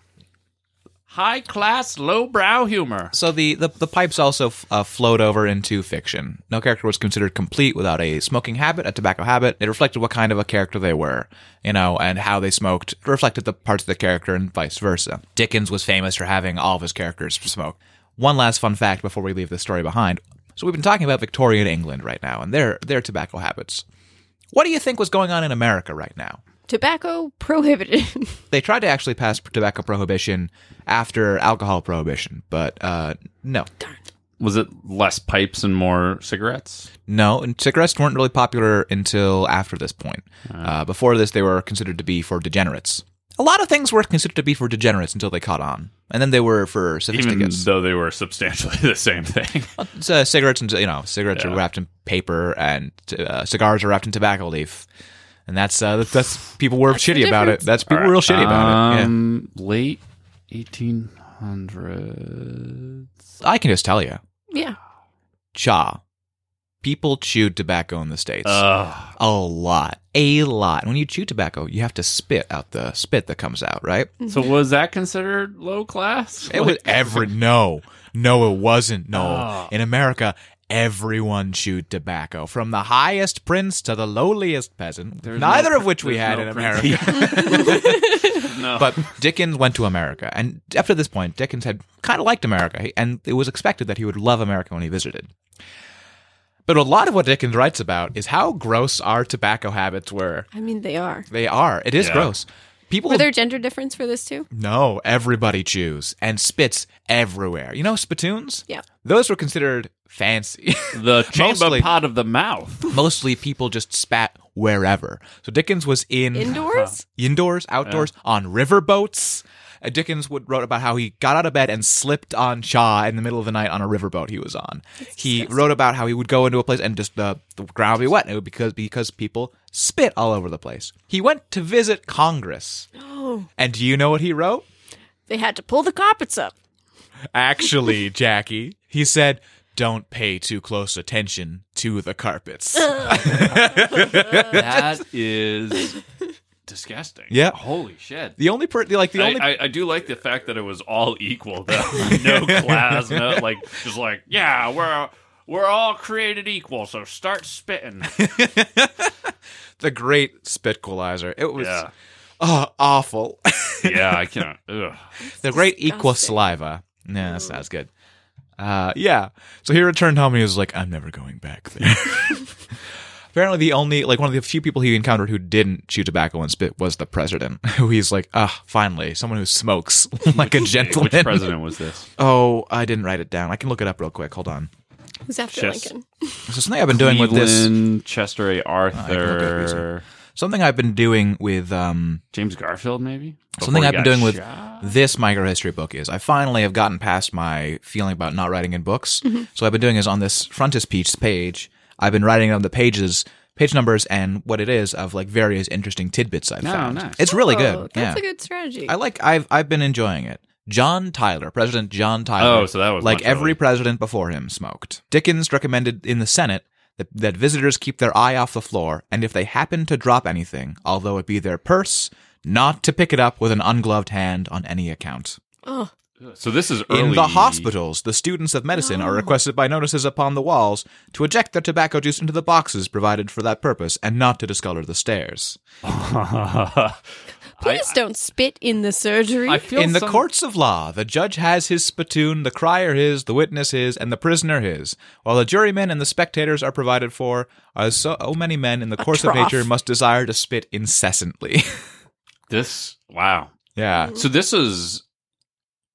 [SPEAKER 5] High class, lowbrow humor.
[SPEAKER 3] So the the, the pipes also f- uh, flowed over into fiction. No character was considered complete without a smoking habit, a tobacco habit. It reflected what kind of a character they were, you know, and how they smoked. It reflected the parts of the character and vice versa. Dickens was famous for having all of his characters smoke. One last fun fact before we leave this story behind. So we've been talking about Victorian England right now and their their tobacco habits. What do you think was going on in America right now?
[SPEAKER 4] Tobacco prohibited.
[SPEAKER 3] they tried to actually pass tobacco prohibition after alcohol prohibition, but uh, no,
[SPEAKER 5] Was it less pipes and more cigarettes?
[SPEAKER 3] No, and cigarettes weren't Uh, really popular until after this point. Uh, before this, they were considered to be for degenerates. a lot of things were considered to be for degenerates until they caught on, and then they were for
[SPEAKER 5] even
[SPEAKER 3] sophisticates.
[SPEAKER 5] though they were substantially the same thing.
[SPEAKER 3] It's, uh, cigarettes and you know cigarettes
[SPEAKER 5] Yeah.
[SPEAKER 3] are wrapped in paper, and uh, cigars are wrapped in tobacco leaf, and that's uh, that's, that's people were
[SPEAKER 4] the
[SPEAKER 3] shitty about it.
[SPEAKER 4] difference.
[SPEAKER 3] That's people were real shitty about it.
[SPEAKER 5] Um, late 1800s.
[SPEAKER 3] Yeah. I can just tell you,
[SPEAKER 4] Yeah.
[SPEAKER 3] cha, people chewed tobacco in the states
[SPEAKER 5] Ugh.
[SPEAKER 3] a lot, a lot. When you chew tobacco, you have to spit out the spit that comes out, right?
[SPEAKER 5] so was that considered low class?
[SPEAKER 3] It was every no, no, it wasn't. No,
[SPEAKER 5] Ah.
[SPEAKER 3] in America, everyone chewed tobacco, from the highest prince to the lowliest peasant.
[SPEAKER 5] There's
[SPEAKER 3] neither
[SPEAKER 5] no-
[SPEAKER 3] of which we
[SPEAKER 5] there's
[SPEAKER 3] had
[SPEAKER 5] no
[SPEAKER 3] in
[SPEAKER 5] prince.
[SPEAKER 3] America.
[SPEAKER 5] no.
[SPEAKER 3] But Dickens went to America, and up to this point, Dickens had kind of liked America, he- and it was expected that he would love America when he visited. But a lot of what Dickens writes about is how gross our tobacco habits were.
[SPEAKER 4] I mean, they are.
[SPEAKER 3] They are. It is
[SPEAKER 5] Yeah.
[SPEAKER 3] gross. People
[SPEAKER 4] Were there gender difference for this too?
[SPEAKER 3] no, everybody chews and spits everywhere. You know spittoons?
[SPEAKER 4] Yeah.
[SPEAKER 3] Those were considered fancy.
[SPEAKER 5] the chamber
[SPEAKER 3] mostly-
[SPEAKER 5] pot of the mouth.
[SPEAKER 3] Mostly people just spat wherever. So Dickens was in
[SPEAKER 4] Indoors?
[SPEAKER 3] indoors, outdoors, on river boats. Uh, Dickens would wrote about how he got out of bed and slipped on Shaw in the middle of the night on a riverboat he was on. He wrote about how he would go into a place and just the, the ground would be wet and it would because because people spit all over the place. He went to visit Congress. And do you know what he wrote?
[SPEAKER 4] They had to pull the carpets up.
[SPEAKER 3] Actually, Jackie, he said, "Don't pay too close attention to the carpets."
[SPEAKER 5] That is disgusting.
[SPEAKER 3] Yeah.
[SPEAKER 5] Holy shit.
[SPEAKER 3] the only per- like the
[SPEAKER 5] I,
[SPEAKER 3] only
[SPEAKER 5] I, I do like the fact that it was all equal though. no class, no like just like, yeah, we're we're all created equal, so start spitting.
[SPEAKER 3] the great spitqualizer. It was
[SPEAKER 5] Yeah.
[SPEAKER 3] oh, awful.
[SPEAKER 5] Yeah, I can't ugh.
[SPEAKER 3] the great equal
[SPEAKER 4] disgusting.
[SPEAKER 3] saliva. Yeah, that sounds good. Uh, yeah. So he returned home and he was like, I'm never going back there. Apparently, the only, like, one of the few people he encountered who didn't chew tobacco and spit was the president, who he's like, ah, finally, someone who smokes like a gentleman.
[SPEAKER 5] Which president was this?
[SPEAKER 3] Oh, I didn't write it down. I can look it up real quick. Hold on.
[SPEAKER 4] It was after
[SPEAKER 5] Just-
[SPEAKER 4] Lincoln.
[SPEAKER 3] So, something I've been doing with this,
[SPEAKER 5] Cleveland, Chester A.
[SPEAKER 3] look up these
[SPEAKER 5] Arthur,
[SPEAKER 3] something I've been doing with, um,
[SPEAKER 5] James Garfield, maybe
[SPEAKER 3] Something
[SPEAKER 5] Before
[SPEAKER 3] I've
[SPEAKER 5] he
[SPEAKER 3] been doing
[SPEAKER 5] got
[SPEAKER 3] with
[SPEAKER 5] shot?
[SPEAKER 3] this microhistory book is I finally have gotten past my feeling about not writing in books.
[SPEAKER 4] Mm-hmm.
[SPEAKER 3] So I've been doing is on this frontispiece page, I've been writing on the pages, page numbers, and what it is of like various interesting tidbits I've
[SPEAKER 5] Oh,
[SPEAKER 3] found.
[SPEAKER 5] nice.
[SPEAKER 3] It's really good.
[SPEAKER 4] Oh,
[SPEAKER 3] yeah.
[SPEAKER 4] That's a good strategy.
[SPEAKER 3] I like. I've I've been enjoying it. John Tyler, President John Tyler.
[SPEAKER 5] Oh, so that was
[SPEAKER 3] like
[SPEAKER 5] much
[SPEAKER 3] every
[SPEAKER 5] earlier.
[SPEAKER 3] president before him smoked. Dickens recommended in the Senate that, that visitors keep their eye off the floor, and if they happen to drop anything, although it be their purse, not to pick it up with an ungloved hand on any account.
[SPEAKER 4] oh,
[SPEAKER 5] So this is early
[SPEAKER 3] In the hospitals, the students of medicine are requested by notices upon the walls to eject their tobacco juice into the boxes provided for that purpose, and not to discolor the stairs.
[SPEAKER 4] please don't spit in the surgery.
[SPEAKER 5] I feel
[SPEAKER 3] In the
[SPEAKER 5] some-
[SPEAKER 3] courts of law, the judge has his spittoon, the crier his, the witness his, and the prisoner his, while the jurymen and the spectators are provided for, as so oh, many men in the course of
[SPEAKER 4] trough.
[SPEAKER 3] nature must desire to spit incessantly.
[SPEAKER 5] This wow.
[SPEAKER 3] yeah.
[SPEAKER 5] So this is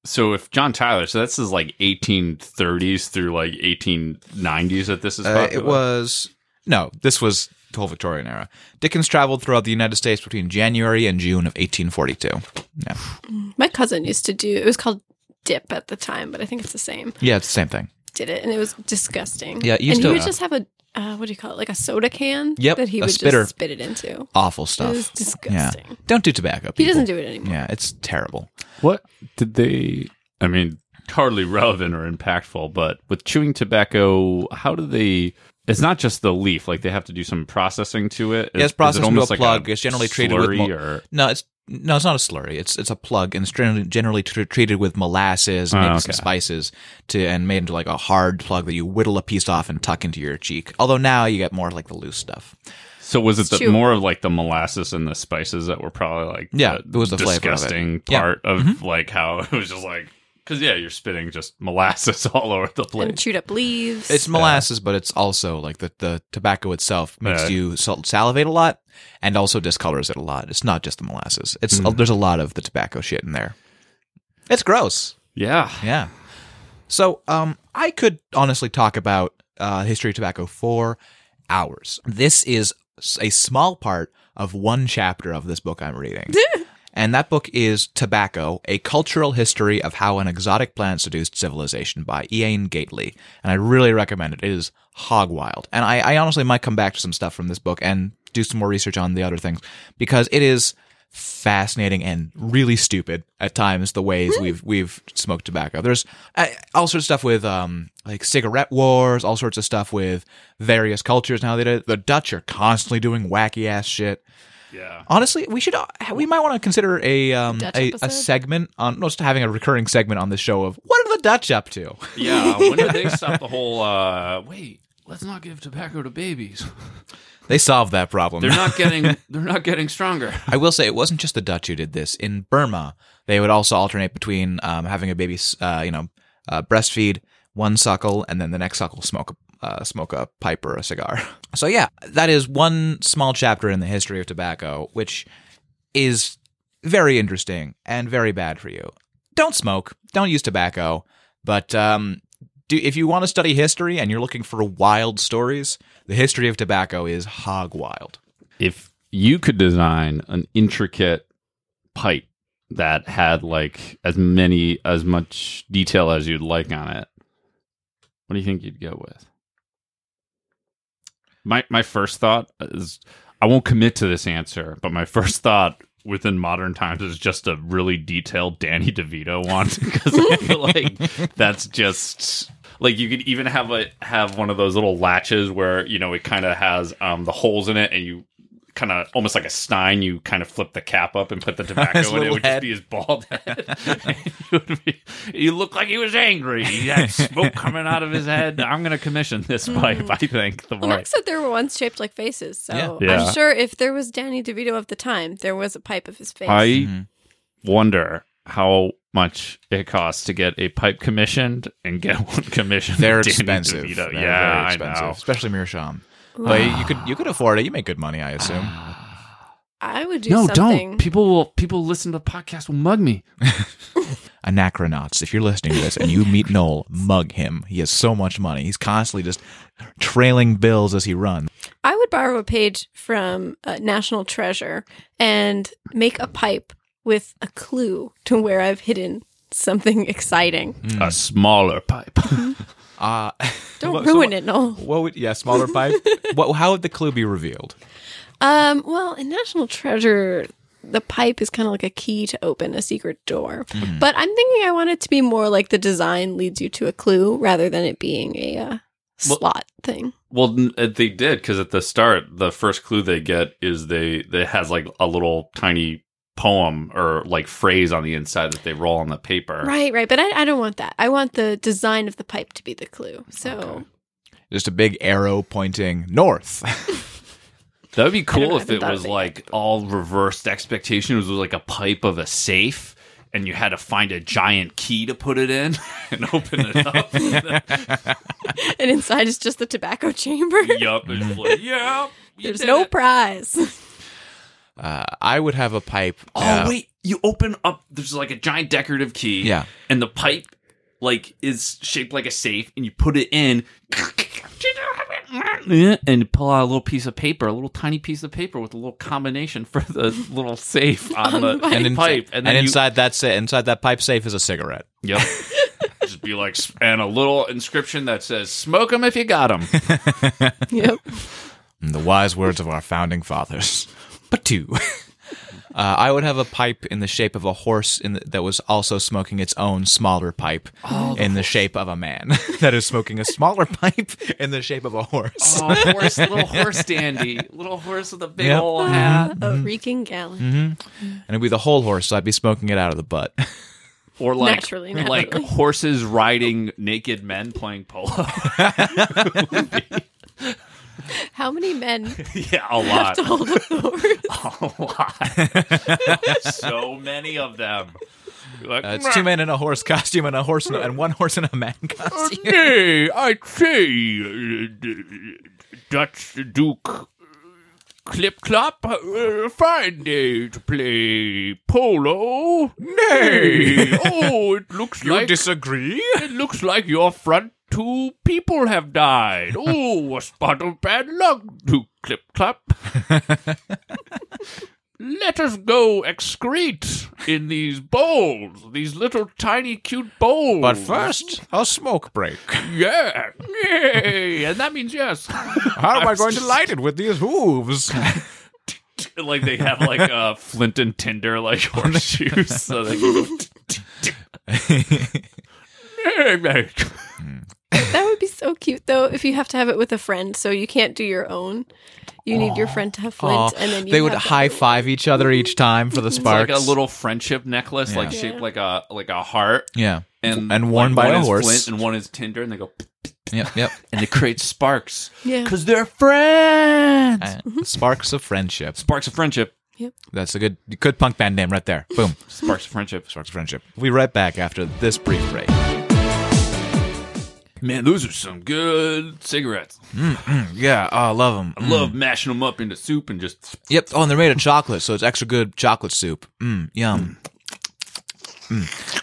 [SPEAKER 5] so if John Tyler, so this is like 1830s through like 1890s that this is.
[SPEAKER 3] Uh, it
[SPEAKER 5] popular?
[SPEAKER 3] was. No, this was the whole Victorian era. Dickens traveled throughout the United States between January and June of 1842. Yeah.
[SPEAKER 4] My cousin used to do it was called dip at the time, but I think it's the same.
[SPEAKER 3] Yeah, it's the same thing.
[SPEAKER 4] Did it and it was disgusting.
[SPEAKER 3] Yeah, it used
[SPEAKER 4] and
[SPEAKER 3] to-
[SPEAKER 4] he would just have a uh, what do you call it? Like a soda can
[SPEAKER 3] Yep,
[SPEAKER 4] that he
[SPEAKER 3] a
[SPEAKER 4] would
[SPEAKER 3] spitter.
[SPEAKER 4] just spit it into.
[SPEAKER 3] Awful
[SPEAKER 4] It
[SPEAKER 3] stuff.
[SPEAKER 4] was
[SPEAKER 3] yeah.
[SPEAKER 4] disgusting.
[SPEAKER 3] Don't do tobacco.
[SPEAKER 4] He
[SPEAKER 3] people.
[SPEAKER 4] doesn't do it anymore.
[SPEAKER 3] Yeah, it's terrible.
[SPEAKER 5] What did they? I mean, hardly relevant or impactful, but with chewing tobacco, how do they? It's not just the leaf; like they have to do some processing to it.
[SPEAKER 3] Yeah,
[SPEAKER 5] Is- is
[SPEAKER 3] it's
[SPEAKER 5] it
[SPEAKER 3] processed into a
[SPEAKER 5] almost like
[SPEAKER 3] plug. it's generally treated with
[SPEAKER 5] slurry
[SPEAKER 3] mol-
[SPEAKER 5] or-
[SPEAKER 3] no, it's no, it's not a slurry. It's it's a plug, and it's generally, generally tr- treated with molasses, and
[SPEAKER 5] Oh,
[SPEAKER 3] maybe some
[SPEAKER 5] okay.
[SPEAKER 3] spices, to and made into like a hard plug that you whittle a piece off and tuck into your cheek. Although now you get more like the loose stuff.
[SPEAKER 5] So was it the,
[SPEAKER 4] Chew.
[SPEAKER 5] more of like the molasses and the spices that were probably like
[SPEAKER 3] Yeah, it was the flavor of it.
[SPEAKER 5] disgusting
[SPEAKER 3] Yeah. Mm-hmm.
[SPEAKER 5] part of like how it was just like because yeah, you're spitting just molasses all over the
[SPEAKER 4] And
[SPEAKER 5] place.
[SPEAKER 4] chewed up leaves.
[SPEAKER 3] It's molasses, but it's also like the the tobacco itself makes
[SPEAKER 5] Yeah.
[SPEAKER 3] you sal- salivate a lot, and also discolors it a lot. It's not just the molasses. It's
[SPEAKER 5] Hmm.
[SPEAKER 3] there's a lot of the tobacco shit in there. It's gross.
[SPEAKER 5] Yeah,
[SPEAKER 3] Yeah. So um, I could honestly talk about uh, history of tobacco for hours. This is s- a small part of one chapter of this book I'm reading. And that book is Tobacco, A Cultural History of How an Exotic Plant Seduced Civilization by Ian Gately. And I really recommend it. It is hog wild. And I, I honestly might come back to some stuff from this book and do some more research on the other things because it is fascinating and really stupid at times the ways we've we've smoked tobacco there's uh, all sorts of stuff with um like cigarette wars all sorts of stuff with various cultures now they do the dutch are constantly doing wacky ass shit
[SPEAKER 5] Yeah.
[SPEAKER 3] honestly we should uh, we might want to consider a um
[SPEAKER 4] Dutch
[SPEAKER 3] a,
[SPEAKER 4] episode?
[SPEAKER 3] a segment on no, just having a recurring segment on this show of what are the dutch up to
[SPEAKER 5] Yeah. When did they stop the whole uh wait, let's not give tobacco to babies.
[SPEAKER 3] they solved that problem
[SPEAKER 5] They're not getting they're not getting stronger.
[SPEAKER 3] I will say it wasn't just the Dutch who did this. In Burma, they would also alternate between um, having a baby, s- uh, you know, uh, breastfeed one suckle and then the next suckle smoke a- uh, smoke a pipe or a cigar. So yeah, that is one small chapter in the history of tobacco, which is very interesting and very bad for you. Don't smoke. Don't use tobacco. But um, do, if you want to study history and you're looking for wild stories, the history of tobacco is hog wild.
[SPEAKER 5] if you could design an intricate pipe that had like as many as much detail as you'd like on it, what do you think you'd go with? My my first thought is I won't commit to this answer, but my first thought within modern times is just a really detailed Danny DeVito one because I feel like that's just like you could even have a have one of those little latches where you know it kind of has um, the holes in it and you kind of almost like a stein you kind of flip the cap up and put the
[SPEAKER 3] His
[SPEAKER 5] tobacco in it. it
[SPEAKER 3] little
[SPEAKER 5] would
[SPEAKER 3] head.
[SPEAKER 5] just be his bald head It would be- he looked like he was angry he had smoke coming out of his head i'm gonna commission this
[SPEAKER 4] Hmm.
[SPEAKER 5] pipe i think the
[SPEAKER 4] Well,
[SPEAKER 5] more
[SPEAKER 4] Mark said there were ones shaped like faces, so
[SPEAKER 5] Yeah. Yeah.
[SPEAKER 4] I'm sure if there was Danny DeVito of the time, there was a pipe of his face.
[SPEAKER 5] I
[SPEAKER 3] Mhm.
[SPEAKER 4] Mm-hmm.
[SPEAKER 5] wonder how much it costs to get a pipe commissioned and get one commissioned.
[SPEAKER 3] They're
[SPEAKER 5] Danny
[SPEAKER 3] expensive.
[SPEAKER 5] DeVito.
[SPEAKER 3] They're very
[SPEAKER 5] yeah, I know.
[SPEAKER 3] especially Meerschaum. But you could you could afford it. You make good money, I assume.
[SPEAKER 4] I would do
[SPEAKER 5] No,
[SPEAKER 4] something.
[SPEAKER 5] don't. People will. People listen to the podcast will mug me.
[SPEAKER 3] Anachronauts, if you're listening to this and you meet Noel, mug him. He has so much money. He's constantly just trailing bills as he runs.
[SPEAKER 4] I would borrow a page from uh, National Treasure and make a pipe with a clue to where I've hidden something exciting.
[SPEAKER 5] A smaller pipe.
[SPEAKER 3] Uh,
[SPEAKER 4] Don't
[SPEAKER 3] Well, Mm. so
[SPEAKER 4] ruin
[SPEAKER 3] what-
[SPEAKER 4] it, Noel.
[SPEAKER 3] what would yeah smaller pipe? what, how would the clue be revealed?
[SPEAKER 4] Um, well, in National Treasure, the pipe is kind of like a key to open a secret door.
[SPEAKER 3] Mm-hmm.
[SPEAKER 4] But I'm thinking I want it to be more like the design leads you to a clue rather than it being a uh,
[SPEAKER 5] Well-
[SPEAKER 4] slot thing.
[SPEAKER 5] Well, n- uh, they did because at the start, the first clue they get is they they has like a little tiny poem or like phrase on the inside that they roll on the paper.
[SPEAKER 4] Right, right. But I, I don't want that. I want the design of the pipe to be the clue. So
[SPEAKER 3] Just a big arrow pointing north.
[SPEAKER 5] That would be
[SPEAKER 4] don't know,
[SPEAKER 5] cool
[SPEAKER 4] I
[SPEAKER 5] if
[SPEAKER 4] haven't
[SPEAKER 5] it
[SPEAKER 4] thought
[SPEAKER 5] was
[SPEAKER 4] of it
[SPEAKER 5] like all reversed expectations. It was like a pipe of a safe, and you had to find a giant key to put it in and open it up.
[SPEAKER 4] and inside is just the tobacco chamber.
[SPEAKER 5] yup. And it's like, yup. you
[SPEAKER 4] There's
[SPEAKER 5] did
[SPEAKER 4] no
[SPEAKER 5] it.
[SPEAKER 4] prize.
[SPEAKER 3] Uh, I would have a pipe.
[SPEAKER 5] Oh,
[SPEAKER 3] uh,
[SPEAKER 5] wait. You open up. There's like a giant decorative key.
[SPEAKER 3] Yeah.
[SPEAKER 5] And the pipe, like, is shaped like a safe, and you put it in. And you pull out a little piece of paper, a little tiny piece of paper with a little combination for the little safe
[SPEAKER 4] Oh
[SPEAKER 5] on, the,
[SPEAKER 3] And, in-
[SPEAKER 5] pipe,
[SPEAKER 3] and,
[SPEAKER 5] then you-
[SPEAKER 3] inside that sa- inside that pipe safe is a cigarette.
[SPEAKER 5] Yep. Just be like, and a little inscription that says, "Smoke them if you got them."
[SPEAKER 4] yep.
[SPEAKER 3] In the wise words of our founding fathers. But two. Uh, I would have a pipe in the shape of a horse in the, that was also smoking its own smaller pipe in the shape of a man that is smoking a smaller pipe in the shape of a horse.
[SPEAKER 5] Oh, horse, little horse dandy, little horse with a big
[SPEAKER 3] Yep.
[SPEAKER 5] old hat,
[SPEAKER 4] A
[SPEAKER 3] Mm-hmm.
[SPEAKER 4] reeking gallon.
[SPEAKER 3] And it'd be the whole horse, so I'd be smoking it out of the butt.
[SPEAKER 5] or like
[SPEAKER 4] Naturally,
[SPEAKER 5] like
[SPEAKER 4] naturally.
[SPEAKER 5] horses riding naked men playing polo.
[SPEAKER 4] How many men
[SPEAKER 5] yeah, a
[SPEAKER 4] have
[SPEAKER 5] lot,
[SPEAKER 4] to hold up the horse?
[SPEAKER 5] a lot, so many of them. Like,
[SPEAKER 3] Uh, it's two men in a horse costume and a horse in a- and one horse in a man costume.
[SPEAKER 5] Nay, I say, uh, d- Dutch Duke Clip Clop, uh, fine day to play polo. Nay, oh, it looks like
[SPEAKER 3] disagree?
[SPEAKER 5] it looks like your front two people have died. Oh, a spot of bad luck, Duke Clip Clop. Let us go excrete in these bowls, these little tiny cute bowls.
[SPEAKER 3] But first, a smoke break.
[SPEAKER 5] yeah, yay, and that means yes.
[SPEAKER 3] How am I going to light it with these hooves?
[SPEAKER 5] like they have like uh, flint and tinder like horseshoes, so they can go.
[SPEAKER 4] That would be so cute though if you have to have it with a friend, so you can't do your own. You need your friend to have flint, and then you
[SPEAKER 3] they would
[SPEAKER 4] have the-
[SPEAKER 3] high five each other each time for the
[SPEAKER 5] It's like
[SPEAKER 3] sparks.
[SPEAKER 5] a little friendship necklace, like
[SPEAKER 3] Yeah.
[SPEAKER 5] shaped like a like a heart,
[SPEAKER 3] yeah,
[SPEAKER 5] and
[SPEAKER 3] And worn by
[SPEAKER 5] like, one
[SPEAKER 3] a
[SPEAKER 5] is
[SPEAKER 3] horse.
[SPEAKER 5] flint and one is tinder, and they go
[SPEAKER 3] yep, yep.
[SPEAKER 5] and they create sparks
[SPEAKER 4] Yeah.
[SPEAKER 5] because they're friends.
[SPEAKER 3] Uh, Sparks of friendship.
[SPEAKER 5] Sparks of friendship.
[SPEAKER 3] That's a good, good punk band name right there. Boom.
[SPEAKER 5] Sparks of friendship.
[SPEAKER 3] Sparks of friendship. We'll be right back after this brief break.
[SPEAKER 5] Man, those are some good cigarettes.
[SPEAKER 3] Yeah, oh, I love them.
[SPEAKER 5] I love mashing them up into soup and just
[SPEAKER 3] Yep. Oh, and they're made of chocolate, so it's extra good chocolate soup. Mmm, yum. Mm.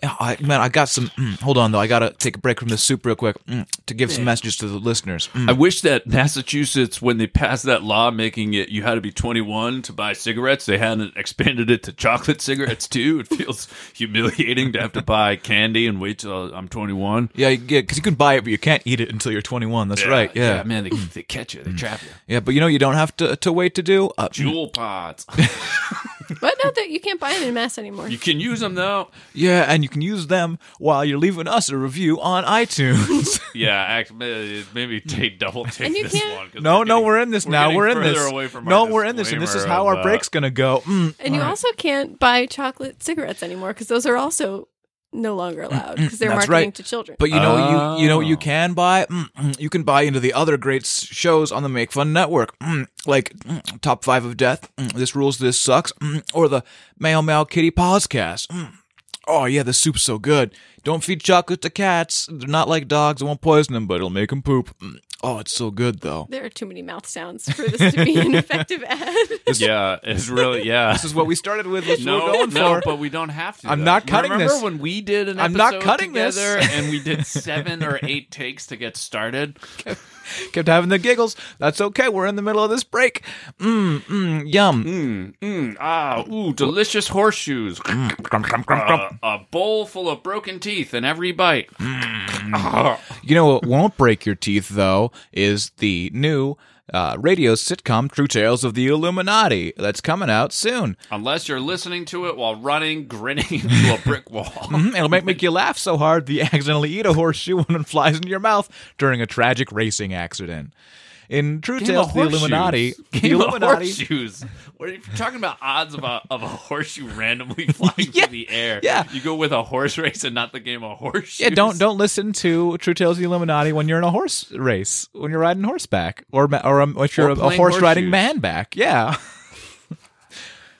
[SPEAKER 3] Yeah, I, man, I got some. Mm, hold on, though. I gotta take a break from this soup real quick mm, to give some messages to the listeners. Mm.
[SPEAKER 5] I wish that Massachusetts, when they passed that law making it you had to be 21 to buy cigarettes, they hadn't expanded it to chocolate cigarettes too. It feels humiliating to have to buy candy and wait till I'm 21.
[SPEAKER 3] Yeah, yeah, because you can buy it, but you can't eat it until you're 21. That's right. Yeah. yeah,
[SPEAKER 5] man, they, they catch you, they trap you.
[SPEAKER 3] But you know, you don't have to to wait to do. Uh,
[SPEAKER 5] Jewel pods.
[SPEAKER 4] But no, that you can't buy it in mass anymore.
[SPEAKER 5] You can use them though.
[SPEAKER 3] yeah, and you can use them while you're leaving us a review on iTunes.
[SPEAKER 5] Yeah, act, maybe take double take
[SPEAKER 4] And you
[SPEAKER 5] this
[SPEAKER 4] can't-
[SPEAKER 5] one. 'cause
[SPEAKER 3] Hmm. no,
[SPEAKER 5] we're
[SPEAKER 3] no,
[SPEAKER 5] getting-
[SPEAKER 3] we're in this now.
[SPEAKER 5] getting
[SPEAKER 3] We're in
[SPEAKER 5] further
[SPEAKER 3] this.
[SPEAKER 5] away from our
[SPEAKER 3] no, we're in this, and this is
[SPEAKER 5] disclaimer
[SPEAKER 3] how
[SPEAKER 5] of,
[SPEAKER 3] our
[SPEAKER 5] uh,
[SPEAKER 3] break's gonna go. Mm,
[SPEAKER 4] and you also can't buy chocolate cigarettes anymore because those are also no longer allowed because they're
[SPEAKER 3] That's
[SPEAKER 4] marketing
[SPEAKER 3] right.
[SPEAKER 4] to children.
[SPEAKER 3] But you know, you you know, what you
[SPEAKER 5] Oh.
[SPEAKER 3] can buy. Mm, mm, you can buy into the other great s- shows on the Make Fun Network, mm, like mm, Top Five of Death, mm, This Rules, This Sucks, mm, or the Mail Mail Kitty Podcast. Mm. Oh yeah, the soup's so good. Don't feed chocolate to cats. They're not like dogs. It won't poison them, but it'll make them poop. Mm. Oh, it's so good though.
[SPEAKER 4] there are too many mouth sounds for this to be an effective ad.
[SPEAKER 5] uh, Yeah, it's really yeah.
[SPEAKER 3] This is what we started with. This is what we're
[SPEAKER 5] No,
[SPEAKER 3] going
[SPEAKER 5] no,
[SPEAKER 3] for.
[SPEAKER 5] but we don't have to.
[SPEAKER 3] I'm
[SPEAKER 5] though.
[SPEAKER 3] not cutting
[SPEAKER 5] Remember
[SPEAKER 3] this.
[SPEAKER 5] when we did an
[SPEAKER 3] I'm not
[SPEAKER 5] episode
[SPEAKER 3] cutting this.
[SPEAKER 5] together and we did seven or eight takes to get started?
[SPEAKER 3] Kept having the giggles. That's okay. We're in the middle of this break. Mmm, mm, yum.
[SPEAKER 5] Mm, ah, ooh, delicious horseshoes.
[SPEAKER 3] Mm,
[SPEAKER 5] Uh, a bowl full of broken teeth in every bite. Ah,
[SPEAKER 3] You know what won't break your teeth, though, is the new uh, radio sitcom True Tales of the Illuminati that's coming out soon.
[SPEAKER 5] unless you're listening to it while running, grinning into a brick wall.
[SPEAKER 3] Mm, It'll make, make you laugh so hard that you accidentally eat a horseshoe when it flies into your mouth during a tragic racing accident. In True
[SPEAKER 5] Game
[SPEAKER 3] Tales
[SPEAKER 5] of
[SPEAKER 3] of the Illuminati,
[SPEAKER 5] horseshoes.
[SPEAKER 3] the
[SPEAKER 5] Game of
[SPEAKER 3] Illuminati.
[SPEAKER 5] horseshoes. What are you talking about? Odds of a of a horseshoe randomly flying
[SPEAKER 3] Yeah,
[SPEAKER 5] through the air.
[SPEAKER 3] yeah.
[SPEAKER 5] you go with a horse race and not the game of horseshoes.
[SPEAKER 3] Yeah, don't don't listen to True Tales of the Illuminati when you're in a horse race, when you're riding horseback, or ma- or um, if you're
[SPEAKER 5] Or
[SPEAKER 3] a,
[SPEAKER 5] playing
[SPEAKER 3] horse riding
[SPEAKER 5] horseshoes.
[SPEAKER 3] man back. Yeah.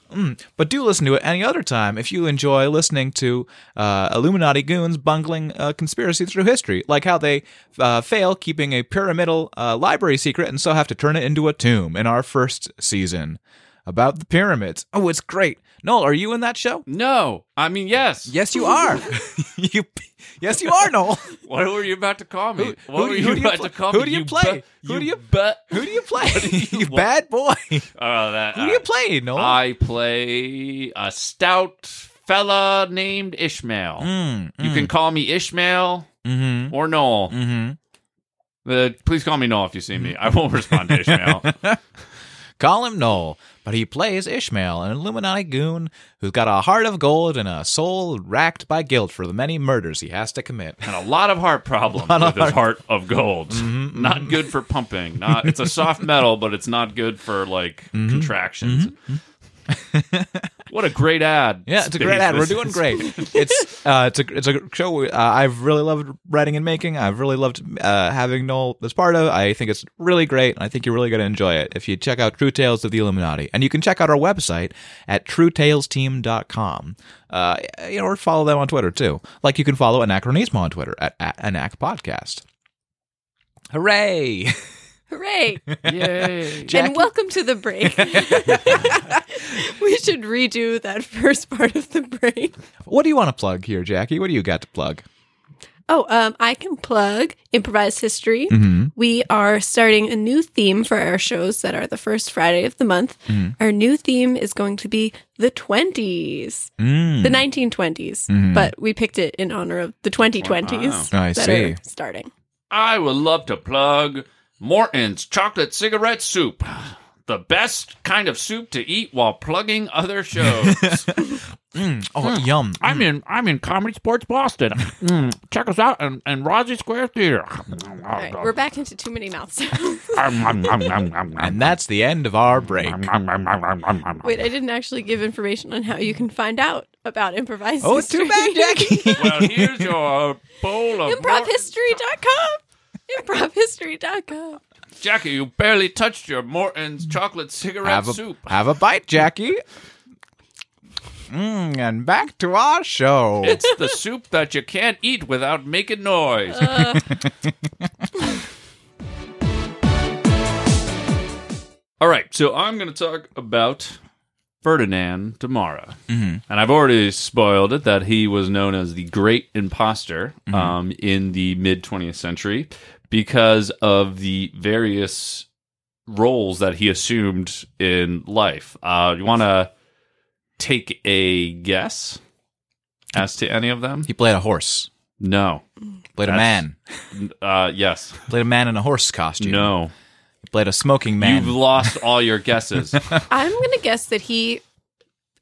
[SPEAKER 3] Mm, But do listen to it any other time if you enjoy listening to uh, Illuminati goons bungling uh, conspiracy through history, like how they uh, fail keeping a pyramidal uh, library secret and so have to turn it into a tomb in our first season about the pyramids. Oh, it's great. Noel, are you in that show?
[SPEAKER 5] No, I mean yes.
[SPEAKER 3] Yes, you are. you, yes, you are, Noel.
[SPEAKER 5] What were you about to call me?
[SPEAKER 3] Who-
[SPEAKER 5] what
[SPEAKER 3] who
[SPEAKER 5] were
[SPEAKER 3] do- who
[SPEAKER 5] you
[SPEAKER 3] do you
[SPEAKER 5] about
[SPEAKER 3] pl-
[SPEAKER 5] to call
[SPEAKER 3] who
[SPEAKER 5] me?
[SPEAKER 3] do you play?
[SPEAKER 5] Bu-
[SPEAKER 3] Who do you-
[SPEAKER 5] but?
[SPEAKER 3] Who do you play? you
[SPEAKER 5] what-
[SPEAKER 3] bad boy. Who
[SPEAKER 5] Oh, that.
[SPEAKER 3] do you play,
[SPEAKER 5] uh,
[SPEAKER 3] Noel?
[SPEAKER 5] I play a stout fella named Ishmael.
[SPEAKER 3] mm,
[SPEAKER 5] You can call me Ishmael
[SPEAKER 3] Mm-hmm.
[SPEAKER 5] or Noel.
[SPEAKER 3] Mm-hmm.
[SPEAKER 5] Uh, please call me Noel if you see me. I won't respond to Ishmael.
[SPEAKER 3] Call him Noel, but he plays Ishmael, an Illuminati goon who's got a heart of gold and a soul racked by guilt for the many murders he has to commit.
[SPEAKER 5] and a lot of heart problems
[SPEAKER 3] Lot
[SPEAKER 5] with
[SPEAKER 3] of Mm-hmm,
[SPEAKER 5] his heart of gold. Not good for pumping. Not it's a soft metal, but it's not good for like
[SPEAKER 3] Mm-hmm.
[SPEAKER 5] contractions. what a great ad!
[SPEAKER 3] Yeah, it's a
[SPEAKER 5] space
[SPEAKER 3] great ad. We're
[SPEAKER 5] this
[SPEAKER 3] doing
[SPEAKER 5] is.
[SPEAKER 3] great. It's uh, it's a it's a show uh, I've really loved writing and making. I've really loved uh, having Noel as part of. I think it's really great, and I think you're really going to enjoy it if you check out True Tales of the Illuminati. And you can check out our website at truetalesteam.com. Uh, you know, or follow them on Twitter too. Like you can follow Anachronism on Twitter at, at Anac Podcast. Hooray!
[SPEAKER 4] Hooray!
[SPEAKER 5] Yay!
[SPEAKER 4] And welcome to the break. we should redo that first part of the break.
[SPEAKER 3] What do you want to plug here, Jackie? What do you got to plug?
[SPEAKER 4] Oh, um, I can plug improvised history.
[SPEAKER 3] Mm-hmm.
[SPEAKER 4] We are starting a new theme for our shows that are the first Friday of the month.
[SPEAKER 3] Mhm.
[SPEAKER 4] Our new theme is going to be the 20s,
[SPEAKER 3] Mm.
[SPEAKER 4] the 1920s,
[SPEAKER 3] Mhm.
[SPEAKER 4] but we picked it in honor of the 2020s
[SPEAKER 3] Ah, I
[SPEAKER 4] that
[SPEAKER 3] see.
[SPEAKER 4] are starting.
[SPEAKER 5] I would love to plug Morton's chocolate cigarette soup. The best kind of soup to eat while plugging other shows.
[SPEAKER 3] Mm. Oh, yum.
[SPEAKER 5] I'm in I'm in Comedy Sports Boston. Mm, Check us out in, in Rosie Square Theater.
[SPEAKER 4] All right, we're back into too many mouths.
[SPEAKER 3] And that's the end of our break.
[SPEAKER 4] Wait, I didn't actually give information on how you can find out about improvised
[SPEAKER 3] Oh, it's
[SPEAKER 4] history.
[SPEAKER 3] too bad, Jackie.
[SPEAKER 5] well, here's your bowl of Mor-
[SPEAKER 4] Improvhistory.com. Improvhistory.com.
[SPEAKER 5] Jackie, you barely touched your Morton's chocolate cigarette
[SPEAKER 3] have, a,
[SPEAKER 5] soup.
[SPEAKER 3] have a bite, Jackie. Mm, and back to our show.
[SPEAKER 5] It's the soup that you can't eat without making noise. All right, so I'm going to talk about Ferdinand Damara. And I've already spoiled it that he was known as the great imposter um, in the mid 20th century because of the various roles that he assumed in life. Uh, you want to take a guess as to any of them?
[SPEAKER 3] He played a horse.
[SPEAKER 5] No.
[SPEAKER 3] Played a
[SPEAKER 5] That's-
[SPEAKER 3] man.
[SPEAKER 5] Uh, yes.
[SPEAKER 3] Played a man in a horse costume.
[SPEAKER 5] No.
[SPEAKER 3] He played a smoking man.
[SPEAKER 5] You've lost all your guesses.
[SPEAKER 4] I'm going to guess that he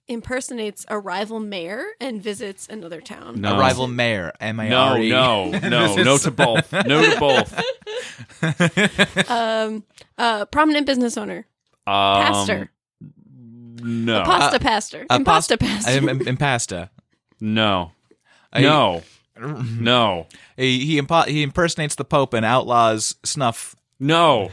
[SPEAKER 4] impersonates a rival mayor and visits another town.
[SPEAKER 5] No.
[SPEAKER 3] A rival mayor. M A
[SPEAKER 5] No,
[SPEAKER 3] R E.
[SPEAKER 5] no, no,
[SPEAKER 3] This
[SPEAKER 5] no
[SPEAKER 3] is-
[SPEAKER 5] to both. No to both.
[SPEAKER 4] Um, uh, prominent business owner,
[SPEAKER 5] Um,
[SPEAKER 4] pastor,
[SPEAKER 5] No,
[SPEAKER 4] pasta pastor,
[SPEAKER 3] uh, A
[SPEAKER 4] impasta
[SPEAKER 3] pas-
[SPEAKER 4] pastor.
[SPEAKER 3] Im- im- impasta.
[SPEAKER 5] no,
[SPEAKER 3] I-
[SPEAKER 5] no, no,
[SPEAKER 3] He he, impo- he impersonates the Pope and outlaws snuff.
[SPEAKER 5] no.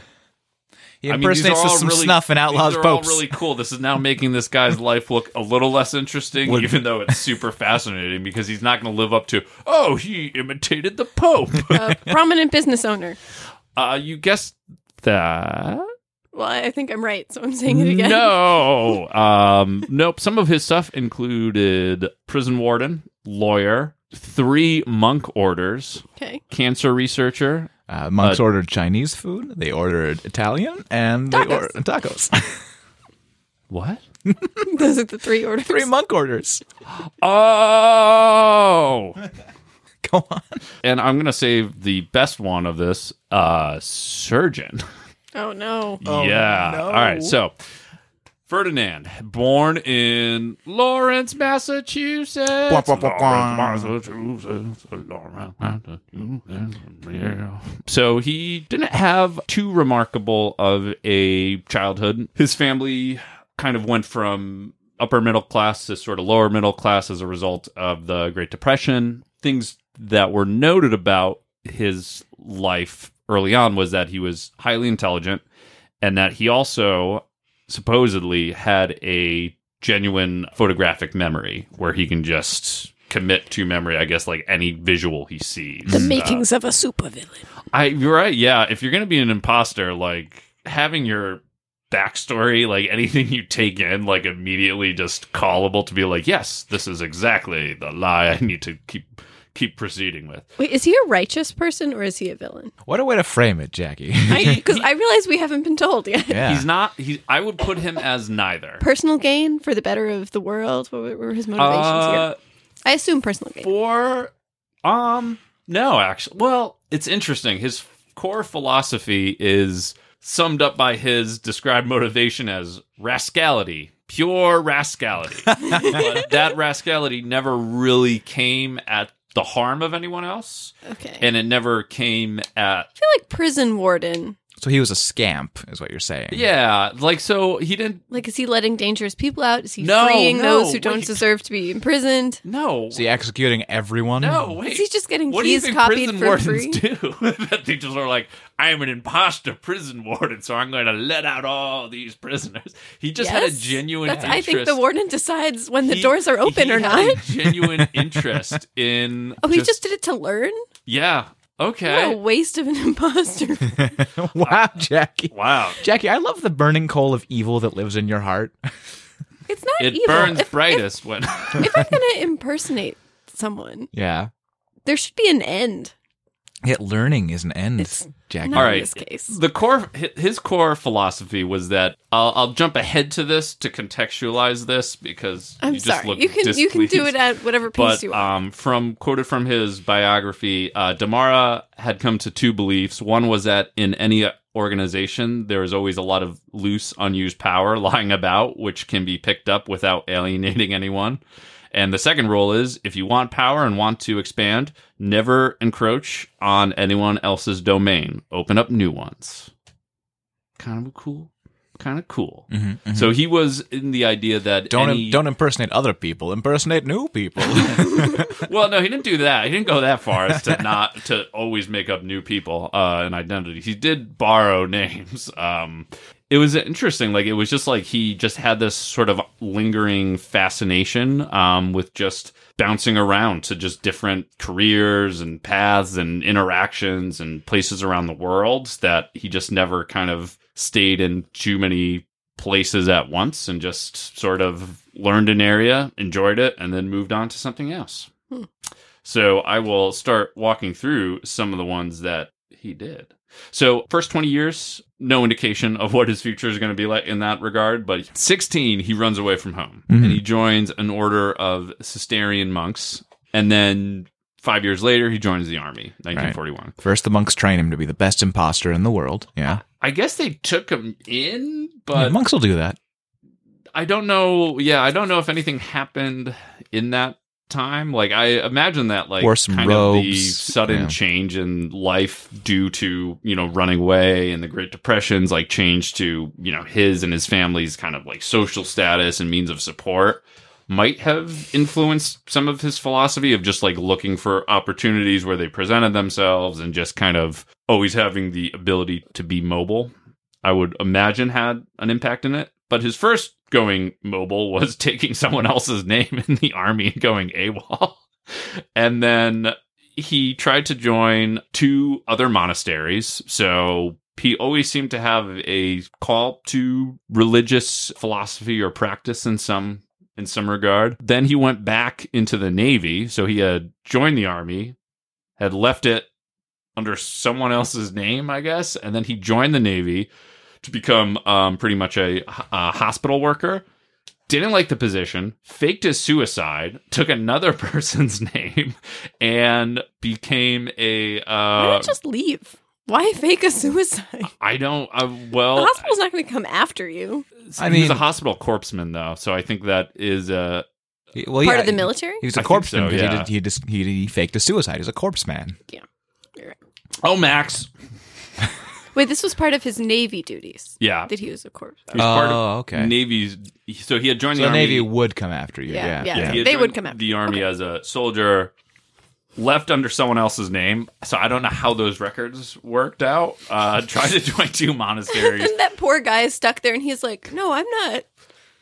[SPEAKER 3] He
[SPEAKER 5] I mean, these are
[SPEAKER 3] impersonates the-
[SPEAKER 5] all
[SPEAKER 3] some
[SPEAKER 5] really-
[SPEAKER 3] snuff and outlaws
[SPEAKER 5] these are
[SPEAKER 3] popes.
[SPEAKER 5] All really cool. This is now making this guy's life look a little less interesting, even though it's super fascinating because he's not going to live up to. Oh, he imitated the Pope.
[SPEAKER 4] uh, prominent business owner.
[SPEAKER 5] uh, you guessed that.
[SPEAKER 4] Well, I think I'm right, so I'm saying it again.
[SPEAKER 5] No. Um, nope. Some of his stuff included prison warden, lawyer, three monk orders,
[SPEAKER 4] Okay.
[SPEAKER 5] cancer researcher.
[SPEAKER 3] Uh, monks ordered Chinese food. They ordered Italian and they
[SPEAKER 4] Tacos.
[SPEAKER 3] ordered tacos.
[SPEAKER 5] What?
[SPEAKER 4] Those are the three orders.
[SPEAKER 3] Three monk orders.
[SPEAKER 5] Oh.
[SPEAKER 3] Go on.
[SPEAKER 5] And I'm going to save the best one of this uh, surgeon.
[SPEAKER 4] Oh, no.
[SPEAKER 5] yeah.
[SPEAKER 3] no.
[SPEAKER 5] All right. So. Ferdinand, born in Lawrence, Massachusetts.
[SPEAKER 3] Bwah, bwah, bwah, bwah.
[SPEAKER 5] Massachusetts, Lawrence, Massachusetts. So he didn't have too remarkable of a childhood. His family kind of went from upper middle class to sort of lower middle class as a result of the Great Depression. Things that were noted about his life early on was that he was highly intelligent and that he also supposedly had a genuine photographic memory where he can just commit to memory i guess like any visual he sees
[SPEAKER 4] The makings of a supervillain.
[SPEAKER 5] I you're right. Yeah, if you're gonna be an imposter, like having your backstory, like anything you take in, like immediately just callable to be like, yes, this is exactly the lie I need to keep keep proceeding with.
[SPEAKER 4] Wait, is he a righteous person or is he a villain?
[SPEAKER 3] What a way to frame it, Jackie.
[SPEAKER 4] Because I, realize we haven't been told yet.
[SPEAKER 3] yeah.
[SPEAKER 5] He's not. He. I would put him as neither.
[SPEAKER 4] Personal gain for the better of the world. What were- were his motivations here?
[SPEAKER 5] Uh,
[SPEAKER 4] I assume personal gain.
[SPEAKER 5] for um, no, actually, well, it's interesting. His core philosophy is summed up by his described motivation as rascality, pure rascality. but that rascality never really came at the harm of anyone else,
[SPEAKER 4] Okay.
[SPEAKER 5] and it never came at
[SPEAKER 4] I feel like prison warden.
[SPEAKER 3] so he was a scamp, is what you're saying.
[SPEAKER 5] yeah, like so he didn't.
[SPEAKER 4] Like, is he letting dangerous people out? Is he
[SPEAKER 5] No,
[SPEAKER 4] freeing
[SPEAKER 5] no,
[SPEAKER 4] those who don't
[SPEAKER 5] wait.
[SPEAKER 4] deserve to be imprisoned?
[SPEAKER 5] No,
[SPEAKER 3] Is he executing everyone?
[SPEAKER 5] no, wait.
[SPEAKER 4] Is he just getting
[SPEAKER 5] What
[SPEAKER 4] keys
[SPEAKER 5] do you think
[SPEAKER 4] copied
[SPEAKER 5] prison
[SPEAKER 4] for
[SPEAKER 5] wardens
[SPEAKER 4] free?
[SPEAKER 5] do? that they just are like, I am an imposter prison warden, so I'm going to let out all these prisoners. He just had a
[SPEAKER 4] Yes.
[SPEAKER 5] genuine.
[SPEAKER 4] That's, I
[SPEAKER 5] interest.
[SPEAKER 4] think the warden decides when the
[SPEAKER 5] He-
[SPEAKER 4] doors are open
[SPEAKER 5] he
[SPEAKER 4] or
[SPEAKER 5] had
[SPEAKER 4] not.
[SPEAKER 5] A genuine interest in.
[SPEAKER 4] Oh, he just did it to learn?
[SPEAKER 5] yeah.
[SPEAKER 4] What a
[SPEAKER 5] Okay.
[SPEAKER 4] waste of an imposter.
[SPEAKER 3] wow, Jackie.
[SPEAKER 5] Wow.
[SPEAKER 3] Jackie, I love the burning coal of evil that lives in your heart.
[SPEAKER 4] It's not
[SPEAKER 5] It
[SPEAKER 4] evil.
[SPEAKER 5] burns
[SPEAKER 4] If-
[SPEAKER 5] brightest when.
[SPEAKER 4] if I'm going to impersonate someone,
[SPEAKER 3] yeah.
[SPEAKER 4] There should be an end.
[SPEAKER 3] Yet learning is an end,
[SPEAKER 4] It's
[SPEAKER 3] Jack.
[SPEAKER 4] Not
[SPEAKER 5] All
[SPEAKER 4] in
[SPEAKER 5] right.
[SPEAKER 4] this case.
[SPEAKER 5] The core, hi- his core philosophy was that I'll, I'll jump ahead to this to contextualize this because
[SPEAKER 4] I'm
[SPEAKER 5] you just
[SPEAKER 4] sorry.
[SPEAKER 5] look
[SPEAKER 4] You can you can do
[SPEAKER 5] displeased.
[SPEAKER 4] it at whatever pace
[SPEAKER 5] But
[SPEAKER 4] you want.
[SPEAKER 5] um, from quoted from his biography, uh, Damara had come to two beliefs. One was that in any organization, there is always a lot of loose, unused power lying about, which can be picked up without alienating anyone. And the second rule is if you want power and want to expand, never encroach on anyone else's domain. Open up new ones. Kind of cool. Kind of cool.
[SPEAKER 3] Mhm, mhm.
[SPEAKER 5] So he was in the idea that
[SPEAKER 3] don't
[SPEAKER 5] any-
[SPEAKER 3] don't impersonate other people. Impersonate new people.
[SPEAKER 5] well, no, he didn't do that. He didn't go that far as to not to always make up new people uh, and identity. He did borrow names. Um, it was interesting. Like it was just like he just had this sort of lingering fascination um, with just bouncing around to just different careers and paths and interactions and places around the world that he just never kind of stayed in too many places at once and just sort of learned an area, enjoyed it, and then moved on to something else.
[SPEAKER 4] Hmm.
[SPEAKER 5] So I will start walking through some of the ones that he did. So, first 20 years, no indication of what his future is going to be like in that regard. But 16, he runs away from home
[SPEAKER 3] Mhm.
[SPEAKER 5] and he joins an order of Cistercian monks. And then five years later, he joins the army, 1941.
[SPEAKER 3] First, the monks train him to be the best imposter in the world. Yeah,
[SPEAKER 5] I guess they took him in,
[SPEAKER 3] Yeah,
[SPEAKER 5] but
[SPEAKER 3] monks will do that.
[SPEAKER 5] I don't know. Yeah, I don't know if anything happened in that time. Like I imagine that like
[SPEAKER 3] Wore some
[SPEAKER 5] kind of the
[SPEAKER 3] robes,
[SPEAKER 5] sudden
[SPEAKER 3] yeah.
[SPEAKER 5] change in life due to, you know, running away and the Great Depressions like changed to, you know, his and his family's kind of like social status and means of support might have influenced some of his philosophy of just like looking for opportunities where they presented themselves and just kind of always having the ability to be mobile. I would imagine had an impact in it. But his first going mobile was taking someone else's name in the army and going AWOL. And then he tried to join two other monasteries. So he always seemed to have a call to religious philosophy or practice in some in some regard. Then he went back into the navy, so he had joined the army, had left it under someone else's name, I guess, and then he joined the navy to become um, pretty much a, a hospital worker. Didn't like the position, faked his suicide, took another person's name, and became a.
[SPEAKER 4] Why
[SPEAKER 5] Uh,
[SPEAKER 4] not just leave? Why fake a suicide?
[SPEAKER 5] I don't. Uh,
[SPEAKER 4] The
[SPEAKER 5] well,
[SPEAKER 4] hospital's not going to come after you.
[SPEAKER 3] I
[SPEAKER 5] I mean, he's a
[SPEAKER 3] mean-
[SPEAKER 5] hospital corpsman, though, so I think that is uh,
[SPEAKER 3] Well,
[SPEAKER 4] Part
[SPEAKER 3] yeah,
[SPEAKER 4] of the military?
[SPEAKER 3] He was
[SPEAKER 5] I
[SPEAKER 3] a
[SPEAKER 5] think
[SPEAKER 3] corpse
[SPEAKER 5] so,
[SPEAKER 3] man. 'cause
[SPEAKER 5] yeah.
[SPEAKER 3] He, did, he, just, he, he faked a suicide. He's a corpse man.
[SPEAKER 5] Oh, Max.
[SPEAKER 4] Wait, this was part of his Navy duties
[SPEAKER 5] Yeah.
[SPEAKER 4] that he was a corps.
[SPEAKER 5] He's part of
[SPEAKER 3] Oh, okay.
[SPEAKER 5] Navy's. So he had joined
[SPEAKER 3] So
[SPEAKER 5] the
[SPEAKER 3] the
[SPEAKER 5] Army.
[SPEAKER 3] Navy would come after you. Yeah,
[SPEAKER 4] Yeah, yeah.
[SPEAKER 5] he had
[SPEAKER 4] They would
[SPEAKER 5] joined
[SPEAKER 4] come after
[SPEAKER 5] The
[SPEAKER 4] you.
[SPEAKER 5] Army as a soldier, left under someone else's name. So I don't know how those records worked out. Uh, tried to join two monasteries.
[SPEAKER 4] And that poor guy is stuck there and he's like, no, I'm not.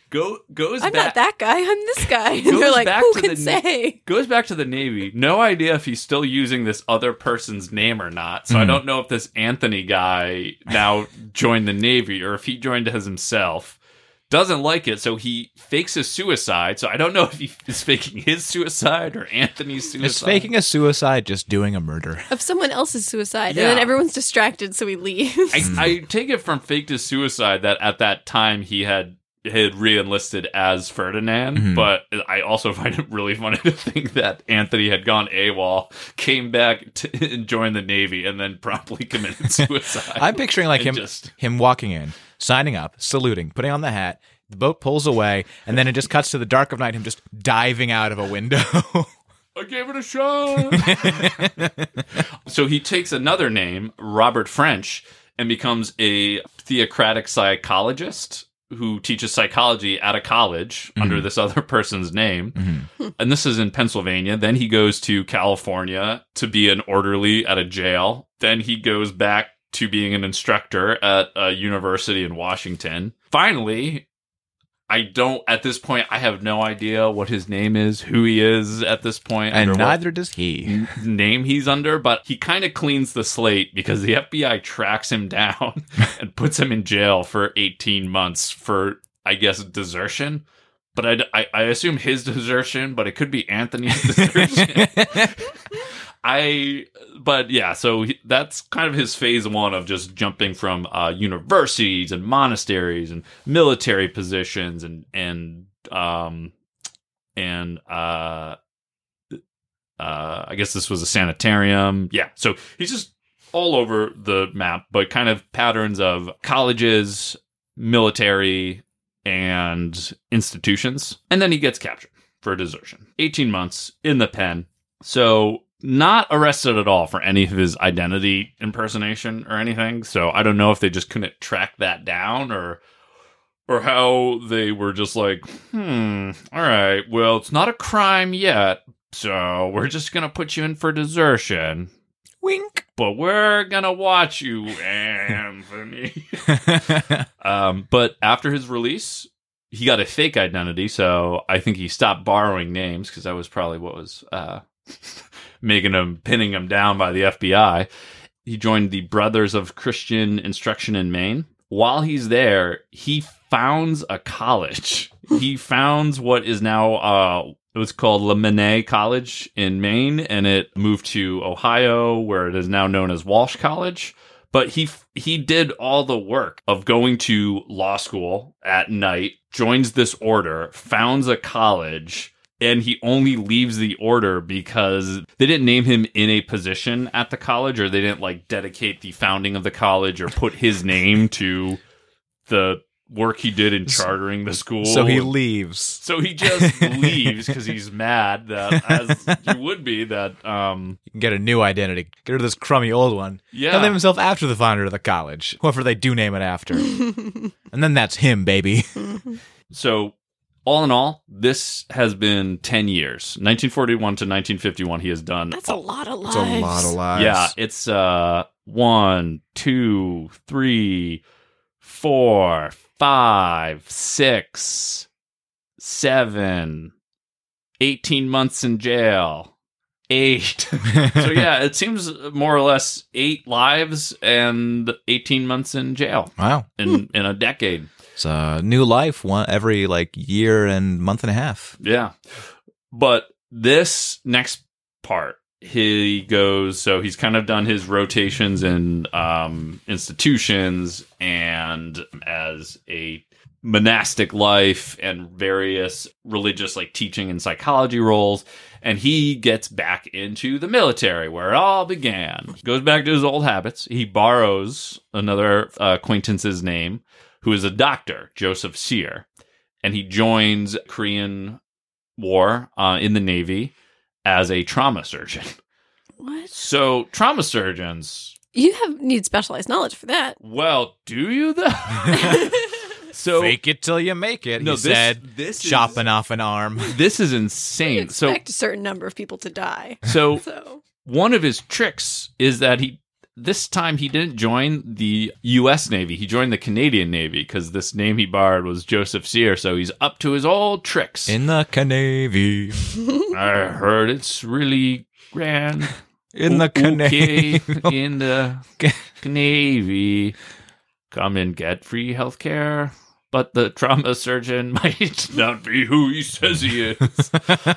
[SPEAKER 5] Go, goes
[SPEAKER 4] I'm
[SPEAKER 5] back.
[SPEAKER 4] not that guy. I'm this guy. And
[SPEAKER 5] Goes
[SPEAKER 4] they're like,
[SPEAKER 5] back
[SPEAKER 4] who
[SPEAKER 5] to
[SPEAKER 4] can
[SPEAKER 5] the na-
[SPEAKER 4] say?
[SPEAKER 5] Goes back to the Navy. No idea if he's still using this other person's name or not.
[SPEAKER 3] Hmm.
[SPEAKER 5] So I don't know if this Anthony guy now joined the Navy or if he joined as himself. Doesn't like it, so he fakes his suicide. So I don't know if he is faking his suicide or Anthony's suicide.
[SPEAKER 3] It's faking a suicide, just doing a murder.
[SPEAKER 4] Of someone else's suicide.
[SPEAKER 5] Yeah.
[SPEAKER 4] And then everyone's distracted, so he leaves.
[SPEAKER 5] I, I take it from faked his suicide that at that time he had had re-enlisted as Ferdinand,
[SPEAKER 3] Mhm.
[SPEAKER 5] but I also find it really funny to think that Anthony had gone AWOL, came back to, and joined the Navy, and then promptly committed suicide.
[SPEAKER 3] I'm picturing like
[SPEAKER 5] And
[SPEAKER 3] him
[SPEAKER 5] just-
[SPEAKER 3] him walking in, signing up, saluting, putting on the hat. The boat pulls away, and then it just cuts to the dark of night. Him just diving out of a window.
[SPEAKER 5] I gave it a shot. so he takes another name, Robert French, and becomes a theocratic psychologist who teaches psychology at a college under this other person's name.
[SPEAKER 3] Mm-hmm.
[SPEAKER 5] And this is in Pennsylvania. Then he goes to California to be an orderly at a jail. Then he goes back to being an instructor at a university in Washington. Finally, I don't at this point I have no idea what his name is, who he is at this point,
[SPEAKER 3] and
[SPEAKER 5] under what
[SPEAKER 3] neither does he.
[SPEAKER 5] name he's under, but he kind of cleans the slate because the FBI tracks him down and puts him in jail for 18 months for, I guess, desertion. But I'd- I, I assume his desertion, but it could be Anthony's desertion. I, but yeah, so he, that's kind of his phase one of just jumping from uh, universities and monasteries and military positions and and um and uh uh I guess this was a sanitarium. Yeah, so he's just all over the map, but kind of patterns of colleges, military, and institutions, and then he gets captured for desertion. 18 months in the pen. So not arrested at all for any of his identity impersonation or anything. So I don't know if they just couldn't track that down or or how they were just like, hmm, all right, well, it's not a crime yet, so we're just gonna put you in for desertion.
[SPEAKER 3] Wink.
[SPEAKER 5] But we're gonna watch you, Anthony. Um, but after his release, he got a fake identity, so I think he stopped borrowing names because that was probably what was uh, making him pinning him down by the FBI. He joined the Brothers of Christian Instruction in Maine. While he's there, he founds a college. he founds what is now uh, it was called Lemonet College in Maine, and it moved to Ohio, where it is now known as Walsh College but he he did all the work of going to law school at night joins this order founds a college and he only leaves the order because they didn't name him in a position at the college or they didn't like dedicate the founding of the college or put his name to the work he did in chartering the school
[SPEAKER 3] So he leaves.
[SPEAKER 5] so he just leaves because he's mad that as you would be that um
[SPEAKER 3] Get a new identity. Get rid of this crummy old one.
[SPEAKER 5] yeah
[SPEAKER 3] He'll name himself after the founder of the college, whoever they do name it after. and then that's him, baby.
[SPEAKER 5] So, all in all, this has been 10 years. 1941 to 1951, he has done.
[SPEAKER 4] That's a lot of lives.
[SPEAKER 3] lives.
[SPEAKER 5] Yeah, it's uh, one, two, three, four, five, six, seven, 18 months in jail, eight. so, yeah, it seems more or less eight lives and 18 months in jail
[SPEAKER 3] Wow.
[SPEAKER 5] in, in a decade.
[SPEAKER 3] It's a new life one every like year and month and a half.
[SPEAKER 5] Yeah. But this next part, he goes so he's kind of done his rotations in um institutions and as a monastic life and various religious like teaching and psychology roles and he gets back into the military where it all began. He goes back to his old habits. He borrows another uh, acquaintance's name who is a doctor, Joseph Sear, and he joins Korean War uh, in the Navy as a trauma surgeon.
[SPEAKER 4] What?
[SPEAKER 5] So trauma surgeons,
[SPEAKER 4] You have need specialized knowledge for that.
[SPEAKER 5] well, do you though? so
[SPEAKER 3] Fake it till you make it,
[SPEAKER 5] no,
[SPEAKER 3] he
[SPEAKER 5] this,
[SPEAKER 3] said,
[SPEAKER 5] this
[SPEAKER 3] chopping off an arm.
[SPEAKER 5] Is, this is
[SPEAKER 4] You
[SPEAKER 5] insane. So Oh.
[SPEAKER 4] expect a certain number of people to die.
[SPEAKER 5] so
[SPEAKER 4] So
[SPEAKER 5] one of his tricks is that he this time he didn't join the U.S. Navy. He joined the Canadian Navy because this name he borrowed was Joseph Sear. So he's up to his old tricks.
[SPEAKER 3] In the Canavy.
[SPEAKER 5] I heard it's really grand.
[SPEAKER 3] In the
[SPEAKER 5] Okay,
[SPEAKER 3] Canavy.
[SPEAKER 5] in the Navy. Come and get free health care. But the trauma surgeon might not be who he says he is.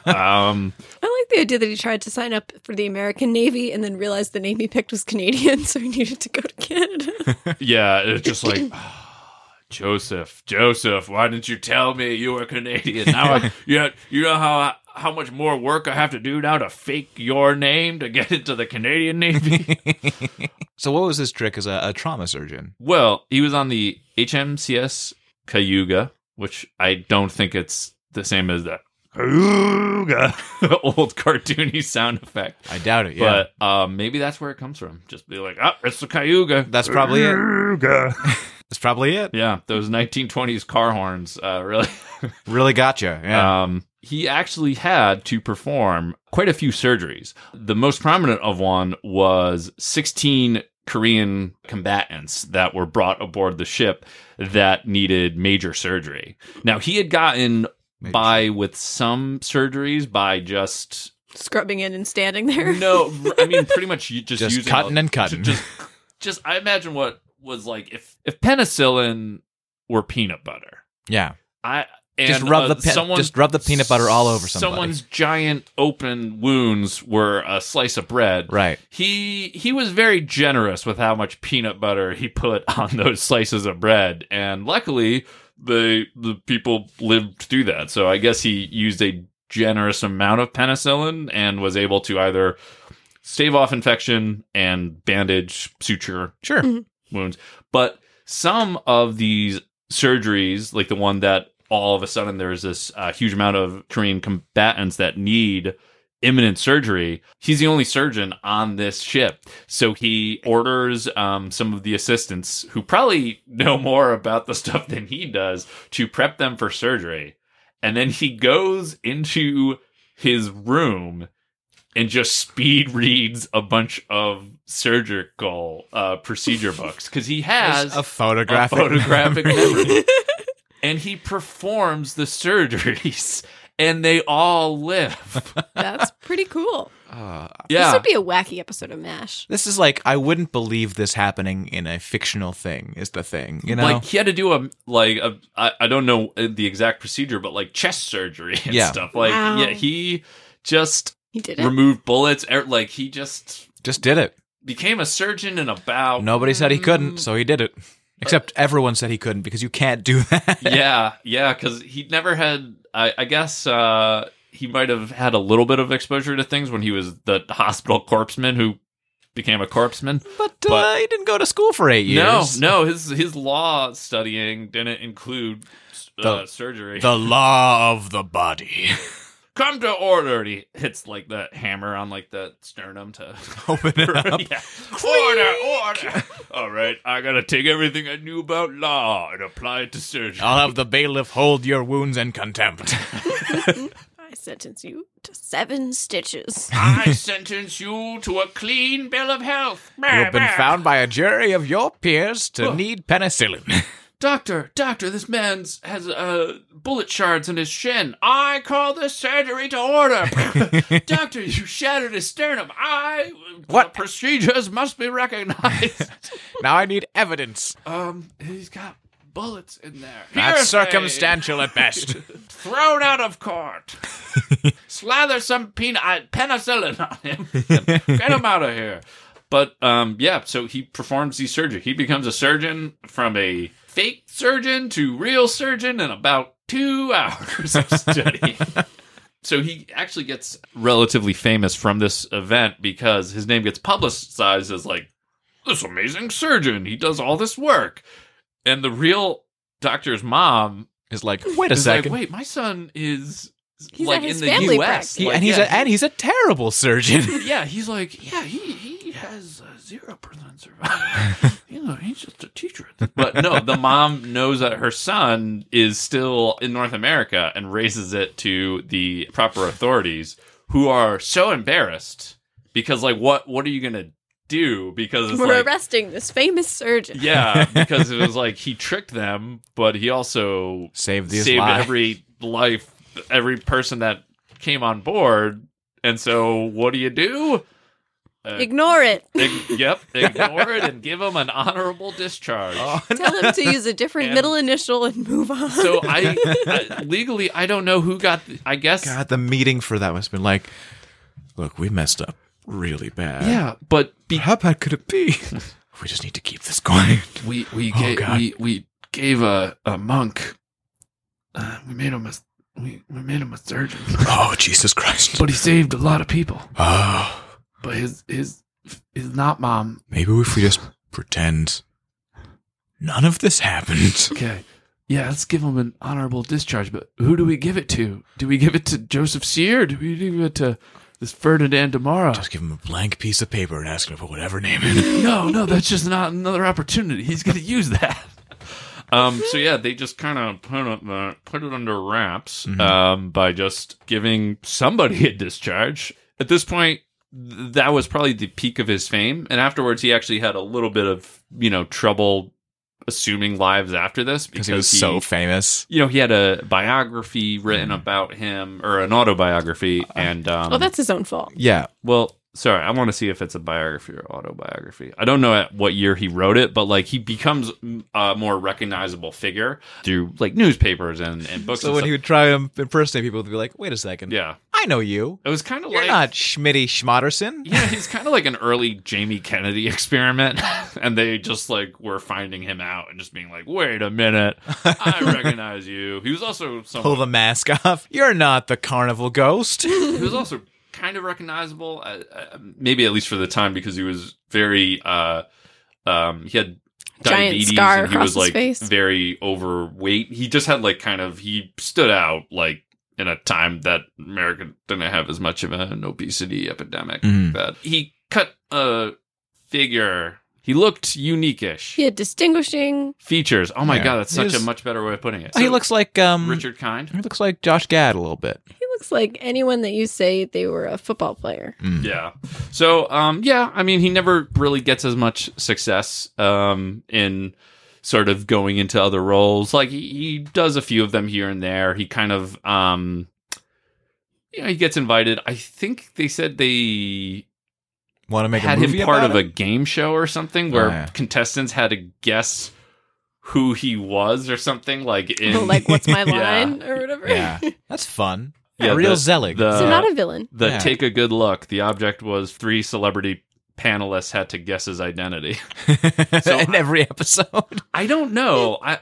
[SPEAKER 5] um,
[SPEAKER 4] I like the idea that he tried to sign up for the American Navy and then realized the name he picked was Canadian, so he needed to go to Canada.
[SPEAKER 5] yeah, it's just like, Joseph, Joseph, why didn't you tell me you were Canadian? Now I, you, know, you know how I- how much more work I have to do now to fake your name to get into the Canadian Navy?
[SPEAKER 3] so what was his trick as a, a trauma surgeon?
[SPEAKER 5] Well, he was on the HMCS Cayuga, which I don't think it's the same as the Cayuga old cartoony sound effect.
[SPEAKER 3] I doubt it, yeah.
[SPEAKER 5] But um, maybe that's where it comes from. Just be like, oh, it's the Cayuga.
[SPEAKER 3] That's probably it. That's probably it.
[SPEAKER 5] Yeah, those 1920s car horns uh, really
[SPEAKER 3] Really gotcha. Yeah.
[SPEAKER 5] Um, he actually had to perform quite a few surgeries. The most prominent of one was 16 Korean combatants that were brought aboard the ship that needed major surgery. Now, he had gotten
[SPEAKER 3] Major
[SPEAKER 5] by with some surgeries by just
[SPEAKER 4] Scrubbing in and standing there.
[SPEAKER 5] no, I mean pretty much you just,
[SPEAKER 3] Just
[SPEAKER 5] using
[SPEAKER 3] cutting
[SPEAKER 5] a-
[SPEAKER 3] and cutting.
[SPEAKER 5] Just, just I imagine what was like if if penicillin were peanut butter.
[SPEAKER 3] yeah.
[SPEAKER 5] I And,
[SPEAKER 3] Just rub
[SPEAKER 5] uh,
[SPEAKER 3] the pe-
[SPEAKER 5] someone-
[SPEAKER 3] just rub the peanut butter all over somebody.
[SPEAKER 5] Someone's giant open wounds were a slice of bread.
[SPEAKER 3] Right.
[SPEAKER 5] He he was very generous with how much peanut butter he put on those slices of bread, and luckily the the people lived through that. So I guess he used a generous amount of penicillin and was able to either stave off infection and bandage suture
[SPEAKER 3] Sure.
[SPEAKER 5] wounds. But some of these surgeries, like the one that all of a sudden there's this uh, huge amount of Korean combatants that need imminent surgery, he's the only surgeon on this ship. So he orders um, some of the assistants who probably know more about the stuff than he does to prep them for surgery. And then he goes into his room and just speed reads a bunch of surgical uh, procedure books because he has
[SPEAKER 3] a photographic.
[SPEAKER 5] a photographic memory. and he performs the surgeries and they all live.
[SPEAKER 4] That's pretty cool.
[SPEAKER 3] Ah.
[SPEAKER 5] Yeah.
[SPEAKER 4] This would be a wacky episode of MASH.
[SPEAKER 3] This is like I wouldn't believe this happening in a fictional thing. Is the thing you know?
[SPEAKER 5] Like he had to do a like a, I, I don't know uh, the exact procedure, but like chest surgery and
[SPEAKER 3] Yeah.
[SPEAKER 5] stuff. Like
[SPEAKER 4] Wow.
[SPEAKER 5] yeah, he just
[SPEAKER 4] He did it.
[SPEAKER 5] removed bullets. er- Like he just
[SPEAKER 3] just did it.
[SPEAKER 5] became a surgeon in about
[SPEAKER 3] Nobody said he couldn't, so he did it. Except everyone said he couldn't because you can't do that.
[SPEAKER 5] yeah, yeah, because he never had. I, I guess uh, he might have had a little bit of exposure to things when he was the hospital corpsman who became a corpsman.
[SPEAKER 3] But, uh,
[SPEAKER 5] But-
[SPEAKER 3] he didn't go to school for eight years.
[SPEAKER 5] No, no, his his law studying didn't include uh,
[SPEAKER 3] The-
[SPEAKER 5] surgery.
[SPEAKER 3] The law of the body.
[SPEAKER 5] Come to order. and He hits like the hammer on like the sternum to
[SPEAKER 3] Open it up.
[SPEAKER 5] yeah. Order, order. All right, I gotta take everything I knew about law and apply it to surgery.
[SPEAKER 3] I'll have the bailiff hold your wounds in contempt.
[SPEAKER 4] I sentence you to seven stitches.
[SPEAKER 5] I sentence you to a clean bill of health.
[SPEAKER 3] You've been found by a jury of your peers to need penicillin.
[SPEAKER 5] Doctor, doctor, this man's has uh, bullet shards in his shin. I call this surgery to order. doctor, you shattered his sternum. I
[SPEAKER 3] What?
[SPEAKER 5] the procedures must be recognized.
[SPEAKER 3] now I need evidence.
[SPEAKER 5] um, he's got bullets in there.
[SPEAKER 3] That's
[SPEAKER 5] Hearsay.
[SPEAKER 3] circumstantial at best.
[SPEAKER 5] Thrown out of court. Slather some pen- uh, penicillin on him. Get him out of here. But um, yeah, so he performs the surgery. He becomes a surgeon from a fake surgeon to real surgeon in about two hours of study. so he actually gets relatively famous from this event because his name gets publicized as like this amazing surgeon. He does all this work, and the real doctor's mom
[SPEAKER 3] It's like, wait a
[SPEAKER 5] is like,
[SPEAKER 3] second.
[SPEAKER 5] wait, my son is
[SPEAKER 4] He's
[SPEAKER 5] like
[SPEAKER 4] at his
[SPEAKER 5] in the
[SPEAKER 4] family
[SPEAKER 5] U.S.
[SPEAKER 4] practice.
[SPEAKER 3] He-
[SPEAKER 5] Like,
[SPEAKER 3] and he's
[SPEAKER 5] yeah,
[SPEAKER 3] a, and he's a terrible surgeon.
[SPEAKER 5] yeah, he's like, yeah, he he has a zero percent survival. you know, he's just a teacher. But no, the mom knows that her son is still in North America and raises it to the proper authorities, who are so embarrassed because, like, what what are you gonna do? Because it's
[SPEAKER 4] We're
[SPEAKER 5] like,
[SPEAKER 4] arresting this famous surgeon.
[SPEAKER 5] yeah, because it was like he tricked them, but he also
[SPEAKER 3] Saved these
[SPEAKER 5] saved
[SPEAKER 3] lives.
[SPEAKER 5] every life, every person that came on board. And so, what do you do?
[SPEAKER 4] Ignore it.
[SPEAKER 5] Ig- yep, ignore it and give him an honorable discharge.
[SPEAKER 3] Oh.
[SPEAKER 4] Tell him to use a different
[SPEAKER 5] And-
[SPEAKER 4] middle initial and move on.
[SPEAKER 5] So um, I, I legally I don't know who got. The, I guess
[SPEAKER 3] God, the meeting for that must have been like, look, we messed up really bad.
[SPEAKER 5] yeah, but be,
[SPEAKER 3] How bad could it be? we just need to keep this going.
[SPEAKER 5] we we
[SPEAKER 3] Oh,
[SPEAKER 5] gave
[SPEAKER 3] God.
[SPEAKER 5] we we gave a a monk. Uh, we made him a we, we made him a surgeon,
[SPEAKER 3] Oh, Jesus Christ.
[SPEAKER 5] but he saved a lot of people.
[SPEAKER 3] Oh,
[SPEAKER 5] But his his his not mom.
[SPEAKER 3] maybe if we just pretend none of this happened.
[SPEAKER 5] Okay. Yeah, let's give him an honorable discharge, but who do we give it to? Do we give it to Joseph Sear? Do we give it to this Ferdinand Damara?
[SPEAKER 3] Just give him a blank piece of paper and ask him to put whatever name in.
[SPEAKER 5] no, no, that's just not another opportunity. He's going to use that. Um, so yeah, they just kind of put it, uh, put it under wraps um, by just giving somebody a discharge. At this point, th- that was probably the peak of his fame, and afterwards, he actually had a little bit of you know trouble assuming lives after this
[SPEAKER 3] Because he was so famous.
[SPEAKER 5] you know he had a
[SPEAKER 3] Mm-hmm. Uh,
[SPEAKER 5] biography written about him or an autobiography, and um,
[SPEAKER 4] well, that's his own fault.
[SPEAKER 3] Yeah.
[SPEAKER 5] well, sorry, I want to see if it's a biography or autobiography. I don't know at what year he wrote it, but like he becomes mm, a more recognizable figure through like newspapers and, and books.
[SPEAKER 3] So
[SPEAKER 5] and
[SPEAKER 3] when
[SPEAKER 5] stuff.
[SPEAKER 3] he would try to impersonate people, he'd be like, "Wait a second,
[SPEAKER 5] yeah,
[SPEAKER 3] I know you.
[SPEAKER 5] it was kind of
[SPEAKER 3] You're
[SPEAKER 5] like
[SPEAKER 3] not Schmitty Schmotterson."
[SPEAKER 5] yeah, he's kind of like an early Jamie Kennedy experiment, and they just like were finding him out and just being like, "Wait a minute, I recognize you." He was also
[SPEAKER 3] Pull
[SPEAKER 5] someone,
[SPEAKER 3] the mask off. You're not the carnival ghost.
[SPEAKER 5] he was also kind of recognizable, uh, uh, maybe at least for the time, because he was very uh, um, he had
[SPEAKER 4] Giant
[SPEAKER 5] diabetes
[SPEAKER 4] scar
[SPEAKER 5] and he
[SPEAKER 4] across
[SPEAKER 5] was
[SPEAKER 4] his
[SPEAKER 5] like
[SPEAKER 4] face.
[SPEAKER 5] very overweight. He just had like kind of he stood out like in a time that America didn't have as much of an obesity epidemic.
[SPEAKER 3] Mhm.
[SPEAKER 5] That he cut a figure. He looked unique-ish.
[SPEAKER 4] He had distinguishing.
[SPEAKER 5] Features. Oh my
[SPEAKER 3] Yeah.
[SPEAKER 5] god, that's such
[SPEAKER 3] He's-
[SPEAKER 5] a much better way of putting it.
[SPEAKER 3] he
[SPEAKER 5] So,
[SPEAKER 3] looks like um.
[SPEAKER 5] Richard Kind.
[SPEAKER 3] He looks like Josh Gad a little bit.
[SPEAKER 4] He looks like anyone that you say they were a football player.
[SPEAKER 5] Yeah. So, um, yeah, I mean, he never really gets as much success um, in sort of going into other roles. Like he, he does a few of them here and there. He kind of, um, you know, he gets invited. I think they said they
[SPEAKER 3] Want to make
[SPEAKER 5] had
[SPEAKER 3] a movie
[SPEAKER 5] him part
[SPEAKER 3] about
[SPEAKER 5] of a
[SPEAKER 3] it?
[SPEAKER 5] game show or something where
[SPEAKER 3] Oh, yeah.
[SPEAKER 5] contestants had to guess who he was or something like in
[SPEAKER 4] like, what's my
[SPEAKER 5] Yeah.
[SPEAKER 4] line or whatever.
[SPEAKER 3] Yeah, that's fun.
[SPEAKER 5] Yeah,
[SPEAKER 3] a real
[SPEAKER 5] the-
[SPEAKER 3] Zelig.
[SPEAKER 5] the-
[SPEAKER 4] so not a villain.
[SPEAKER 5] the
[SPEAKER 3] Yeah.
[SPEAKER 5] take a good look. The object was three celebrity panelists had to guess his identity. So
[SPEAKER 3] in
[SPEAKER 5] I-
[SPEAKER 3] every episode.
[SPEAKER 5] I don't know. I,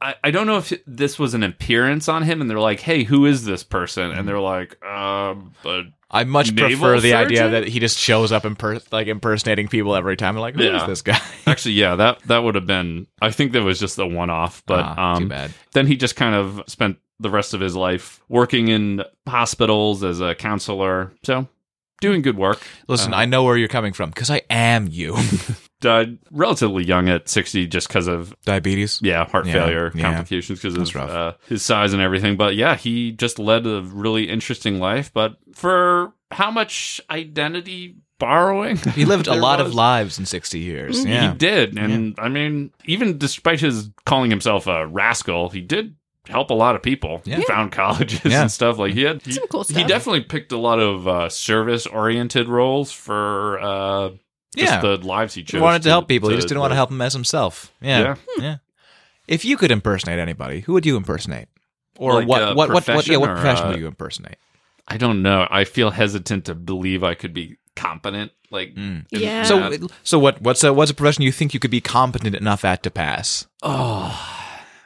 [SPEAKER 5] I I don't know if this was an appearance on him, and they're like, "Hey, who is this person?"
[SPEAKER 3] Mm-hmm.
[SPEAKER 5] And they're like, "Um, but
[SPEAKER 3] I much
[SPEAKER 5] Naval
[SPEAKER 3] prefer the idea
[SPEAKER 5] surgeon?
[SPEAKER 3] that he just shows up imper- like impersonating people every time. Like, who is
[SPEAKER 5] Yeah.
[SPEAKER 3] this guy?
[SPEAKER 5] actually, yeah that that would have been. I think that was just the one off. But
[SPEAKER 3] Ah,
[SPEAKER 5] um,
[SPEAKER 3] too bad.
[SPEAKER 5] then he just kind of spent the rest of his life working in hospitals as a counselor. So doing good work.
[SPEAKER 3] Listen,
[SPEAKER 5] uh,
[SPEAKER 3] I know where you're coming from because I am you.
[SPEAKER 5] Died relatively young at sixty, just because of
[SPEAKER 3] Diabetes.
[SPEAKER 5] yeah heart
[SPEAKER 3] Yeah,
[SPEAKER 5] failure
[SPEAKER 3] yeah.
[SPEAKER 5] complications because
[SPEAKER 3] That's
[SPEAKER 5] of
[SPEAKER 3] rough.
[SPEAKER 5] uh, his size and everything but yeah he just led a really interesting life but for how much identity borrowing
[SPEAKER 3] He lived a
[SPEAKER 5] there
[SPEAKER 3] lot of
[SPEAKER 5] was,
[SPEAKER 3] lives in 60 years.
[SPEAKER 4] Mhm.
[SPEAKER 3] Yeah.
[SPEAKER 5] he did and i mean even despite his calling himself a rascal he did help a lot of people
[SPEAKER 3] Yeah.
[SPEAKER 5] He found colleges
[SPEAKER 3] Yeah.
[SPEAKER 5] and stuff like he had he,
[SPEAKER 4] Some cool
[SPEAKER 5] he
[SPEAKER 4] stuff.
[SPEAKER 5] definitely picked a lot of uh, service oriented roles for uh just
[SPEAKER 3] Yeah.
[SPEAKER 5] the lives he
[SPEAKER 3] He
[SPEAKER 5] chose
[SPEAKER 3] wanted to help people. He just didn't want to
[SPEAKER 5] live.
[SPEAKER 3] help them as himself. Yeah.
[SPEAKER 5] Yeah.
[SPEAKER 3] Yeah. If you could impersonate anybody, who would you impersonate? Or
[SPEAKER 5] Like
[SPEAKER 3] what,
[SPEAKER 5] a
[SPEAKER 3] what, what, what, yeah,
[SPEAKER 5] profession
[SPEAKER 3] what
[SPEAKER 5] or,
[SPEAKER 3] profession
[SPEAKER 5] uh,
[SPEAKER 3] would you impersonate?
[SPEAKER 5] I don't know. I feel hesitant to believe I could be competent. Like,
[SPEAKER 3] Mm.
[SPEAKER 5] in-
[SPEAKER 4] Yeah.
[SPEAKER 3] So, so what, what's a, what's a profession you think you could be competent enough at to pass?
[SPEAKER 5] oh,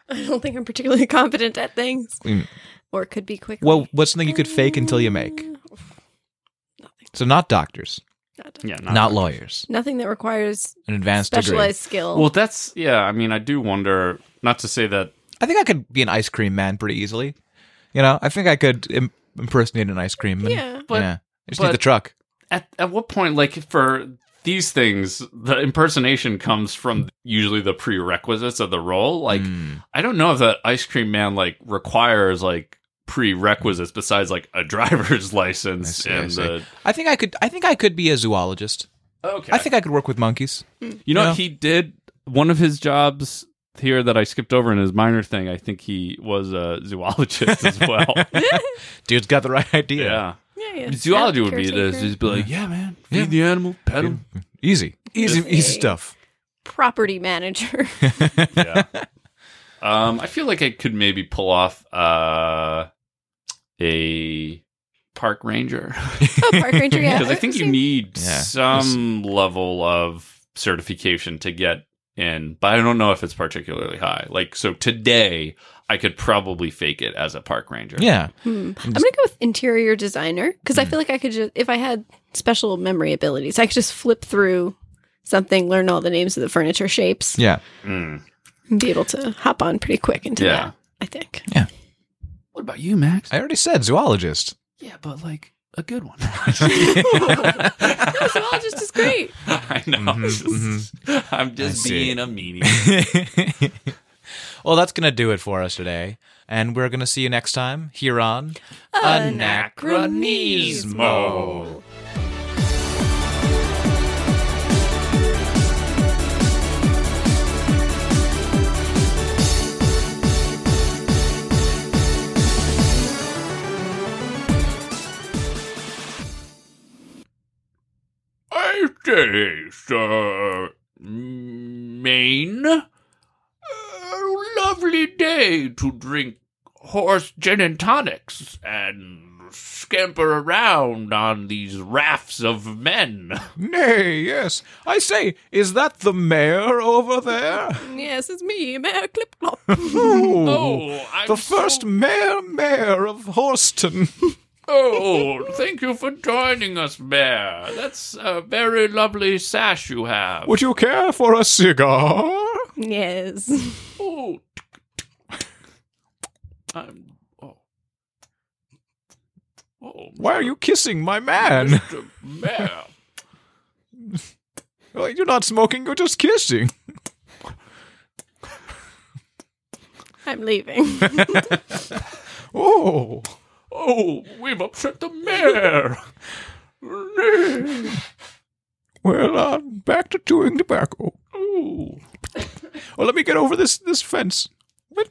[SPEAKER 4] I don't think I'm particularly competent at things,
[SPEAKER 3] Mm.
[SPEAKER 4] or could be quick. Oh,
[SPEAKER 3] Well, what's something you could fake until you make? So not doctors,
[SPEAKER 5] yeah,
[SPEAKER 3] not, lawyers,
[SPEAKER 4] Nothing that requires
[SPEAKER 3] an advanced degree.
[SPEAKER 4] specialized skill.
[SPEAKER 5] Well, that's yeah. I mean, I do wonder. Not to say that.
[SPEAKER 3] I think I could be an ice cream man pretty easily. You know, I think I could Im- impersonate an ice cream man.
[SPEAKER 4] Yeah,
[SPEAKER 5] but-
[SPEAKER 3] yeah. I just
[SPEAKER 5] but-
[SPEAKER 3] need the truck.
[SPEAKER 5] At at what point, like for these things, the impersonation comes from usually the prerequisites of the role. Like,
[SPEAKER 3] Mm.
[SPEAKER 5] I don't know if that ice cream man like requires like prerequisites besides like a driver's license
[SPEAKER 3] I see, I
[SPEAKER 5] and
[SPEAKER 3] see.
[SPEAKER 5] the
[SPEAKER 3] I think I could. I think I could be a zoologist.
[SPEAKER 5] okay.
[SPEAKER 3] I think I could work with monkeys.
[SPEAKER 5] You know,
[SPEAKER 3] Yeah.
[SPEAKER 5] he did one of his jobs here that I skipped over in his minor thing. I think he was a zoologist as well.
[SPEAKER 3] Dude's got the right idea.
[SPEAKER 5] yeah.
[SPEAKER 4] yeah, yeah.
[SPEAKER 5] Zoology would be
[SPEAKER 4] Caretaker.
[SPEAKER 5] this. He'd be like, yeah, man, feed the animal, pet him.
[SPEAKER 3] Easy, easy, easy stuff.
[SPEAKER 4] property manager.
[SPEAKER 5] Yeah. um, I feel like I could maybe pull off uh, a park ranger
[SPEAKER 4] oh, park ranger. Yeah,
[SPEAKER 5] because I think you need
[SPEAKER 3] Yeah.
[SPEAKER 5] some level of certification to get in, but I don't know if it's particularly high. Like, so today I could probably fake it as a park ranger.
[SPEAKER 3] Yeah,
[SPEAKER 4] Hmm. I'm gonna go with interior designer because
[SPEAKER 3] Hmm.
[SPEAKER 4] I feel like I could just, if I had special memory abilities, I could just flip through something, learn all the names of the furniture shapes,
[SPEAKER 3] yeah.
[SPEAKER 5] Mm.
[SPEAKER 4] and be able to hop on pretty quick into
[SPEAKER 5] Yeah.
[SPEAKER 4] that. I think.
[SPEAKER 5] What about you, Max?
[SPEAKER 3] I already said zoologist.
[SPEAKER 5] yeah, but like a good one.
[SPEAKER 4] No, zoologist is great.
[SPEAKER 5] I know.
[SPEAKER 3] Mhm,
[SPEAKER 5] It's just- I'm just
[SPEAKER 3] mm-hmm. I see.
[SPEAKER 5] being a meanie.
[SPEAKER 3] well, that's gonna do it for us today, and we're gonna see you next time here on
[SPEAKER 5] Anachronismo. taste, uh, Maine. A lovely day to drink horse gin and tonics and scamper around on these rafts of men.
[SPEAKER 3] Nay, yes. I say, is that the mayor over there?
[SPEAKER 4] Yes, it's me, Mayor Clip Clop.
[SPEAKER 3] Ooh,
[SPEAKER 5] Oh, I'm
[SPEAKER 3] the first
[SPEAKER 5] so-
[SPEAKER 3] mayor, mayor of Horston.
[SPEAKER 5] Oh, thank you for joining us, Bear. That's a very lovely sash you have.
[SPEAKER 3] Would you care for a cigar?
[SPEAKER 4] yes.
[SPEAKER 5] Oh. I'm. Oh. Oh.
[SPEAKER 3] Why are you kissing my man?
[SPEAKER 5] Mr. Mayor.
[SPEAKER 3] Well, You're not smoking, you're just kissing.
[SPEAKER 4] I'm leaving.
[SPEAKER 3] Oh.
[SPEAKER 5] Oh, we've upset the mayor.
[SPEAKER 3] Well, uh, back to chewing tobacco.
[SPEAKER 5] Ooh.
[SPEAKER 3] Well, let me get over this, this fence. What?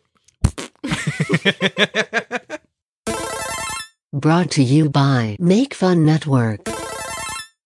[SPEAKER 1] Brought to you by Make Fun Network.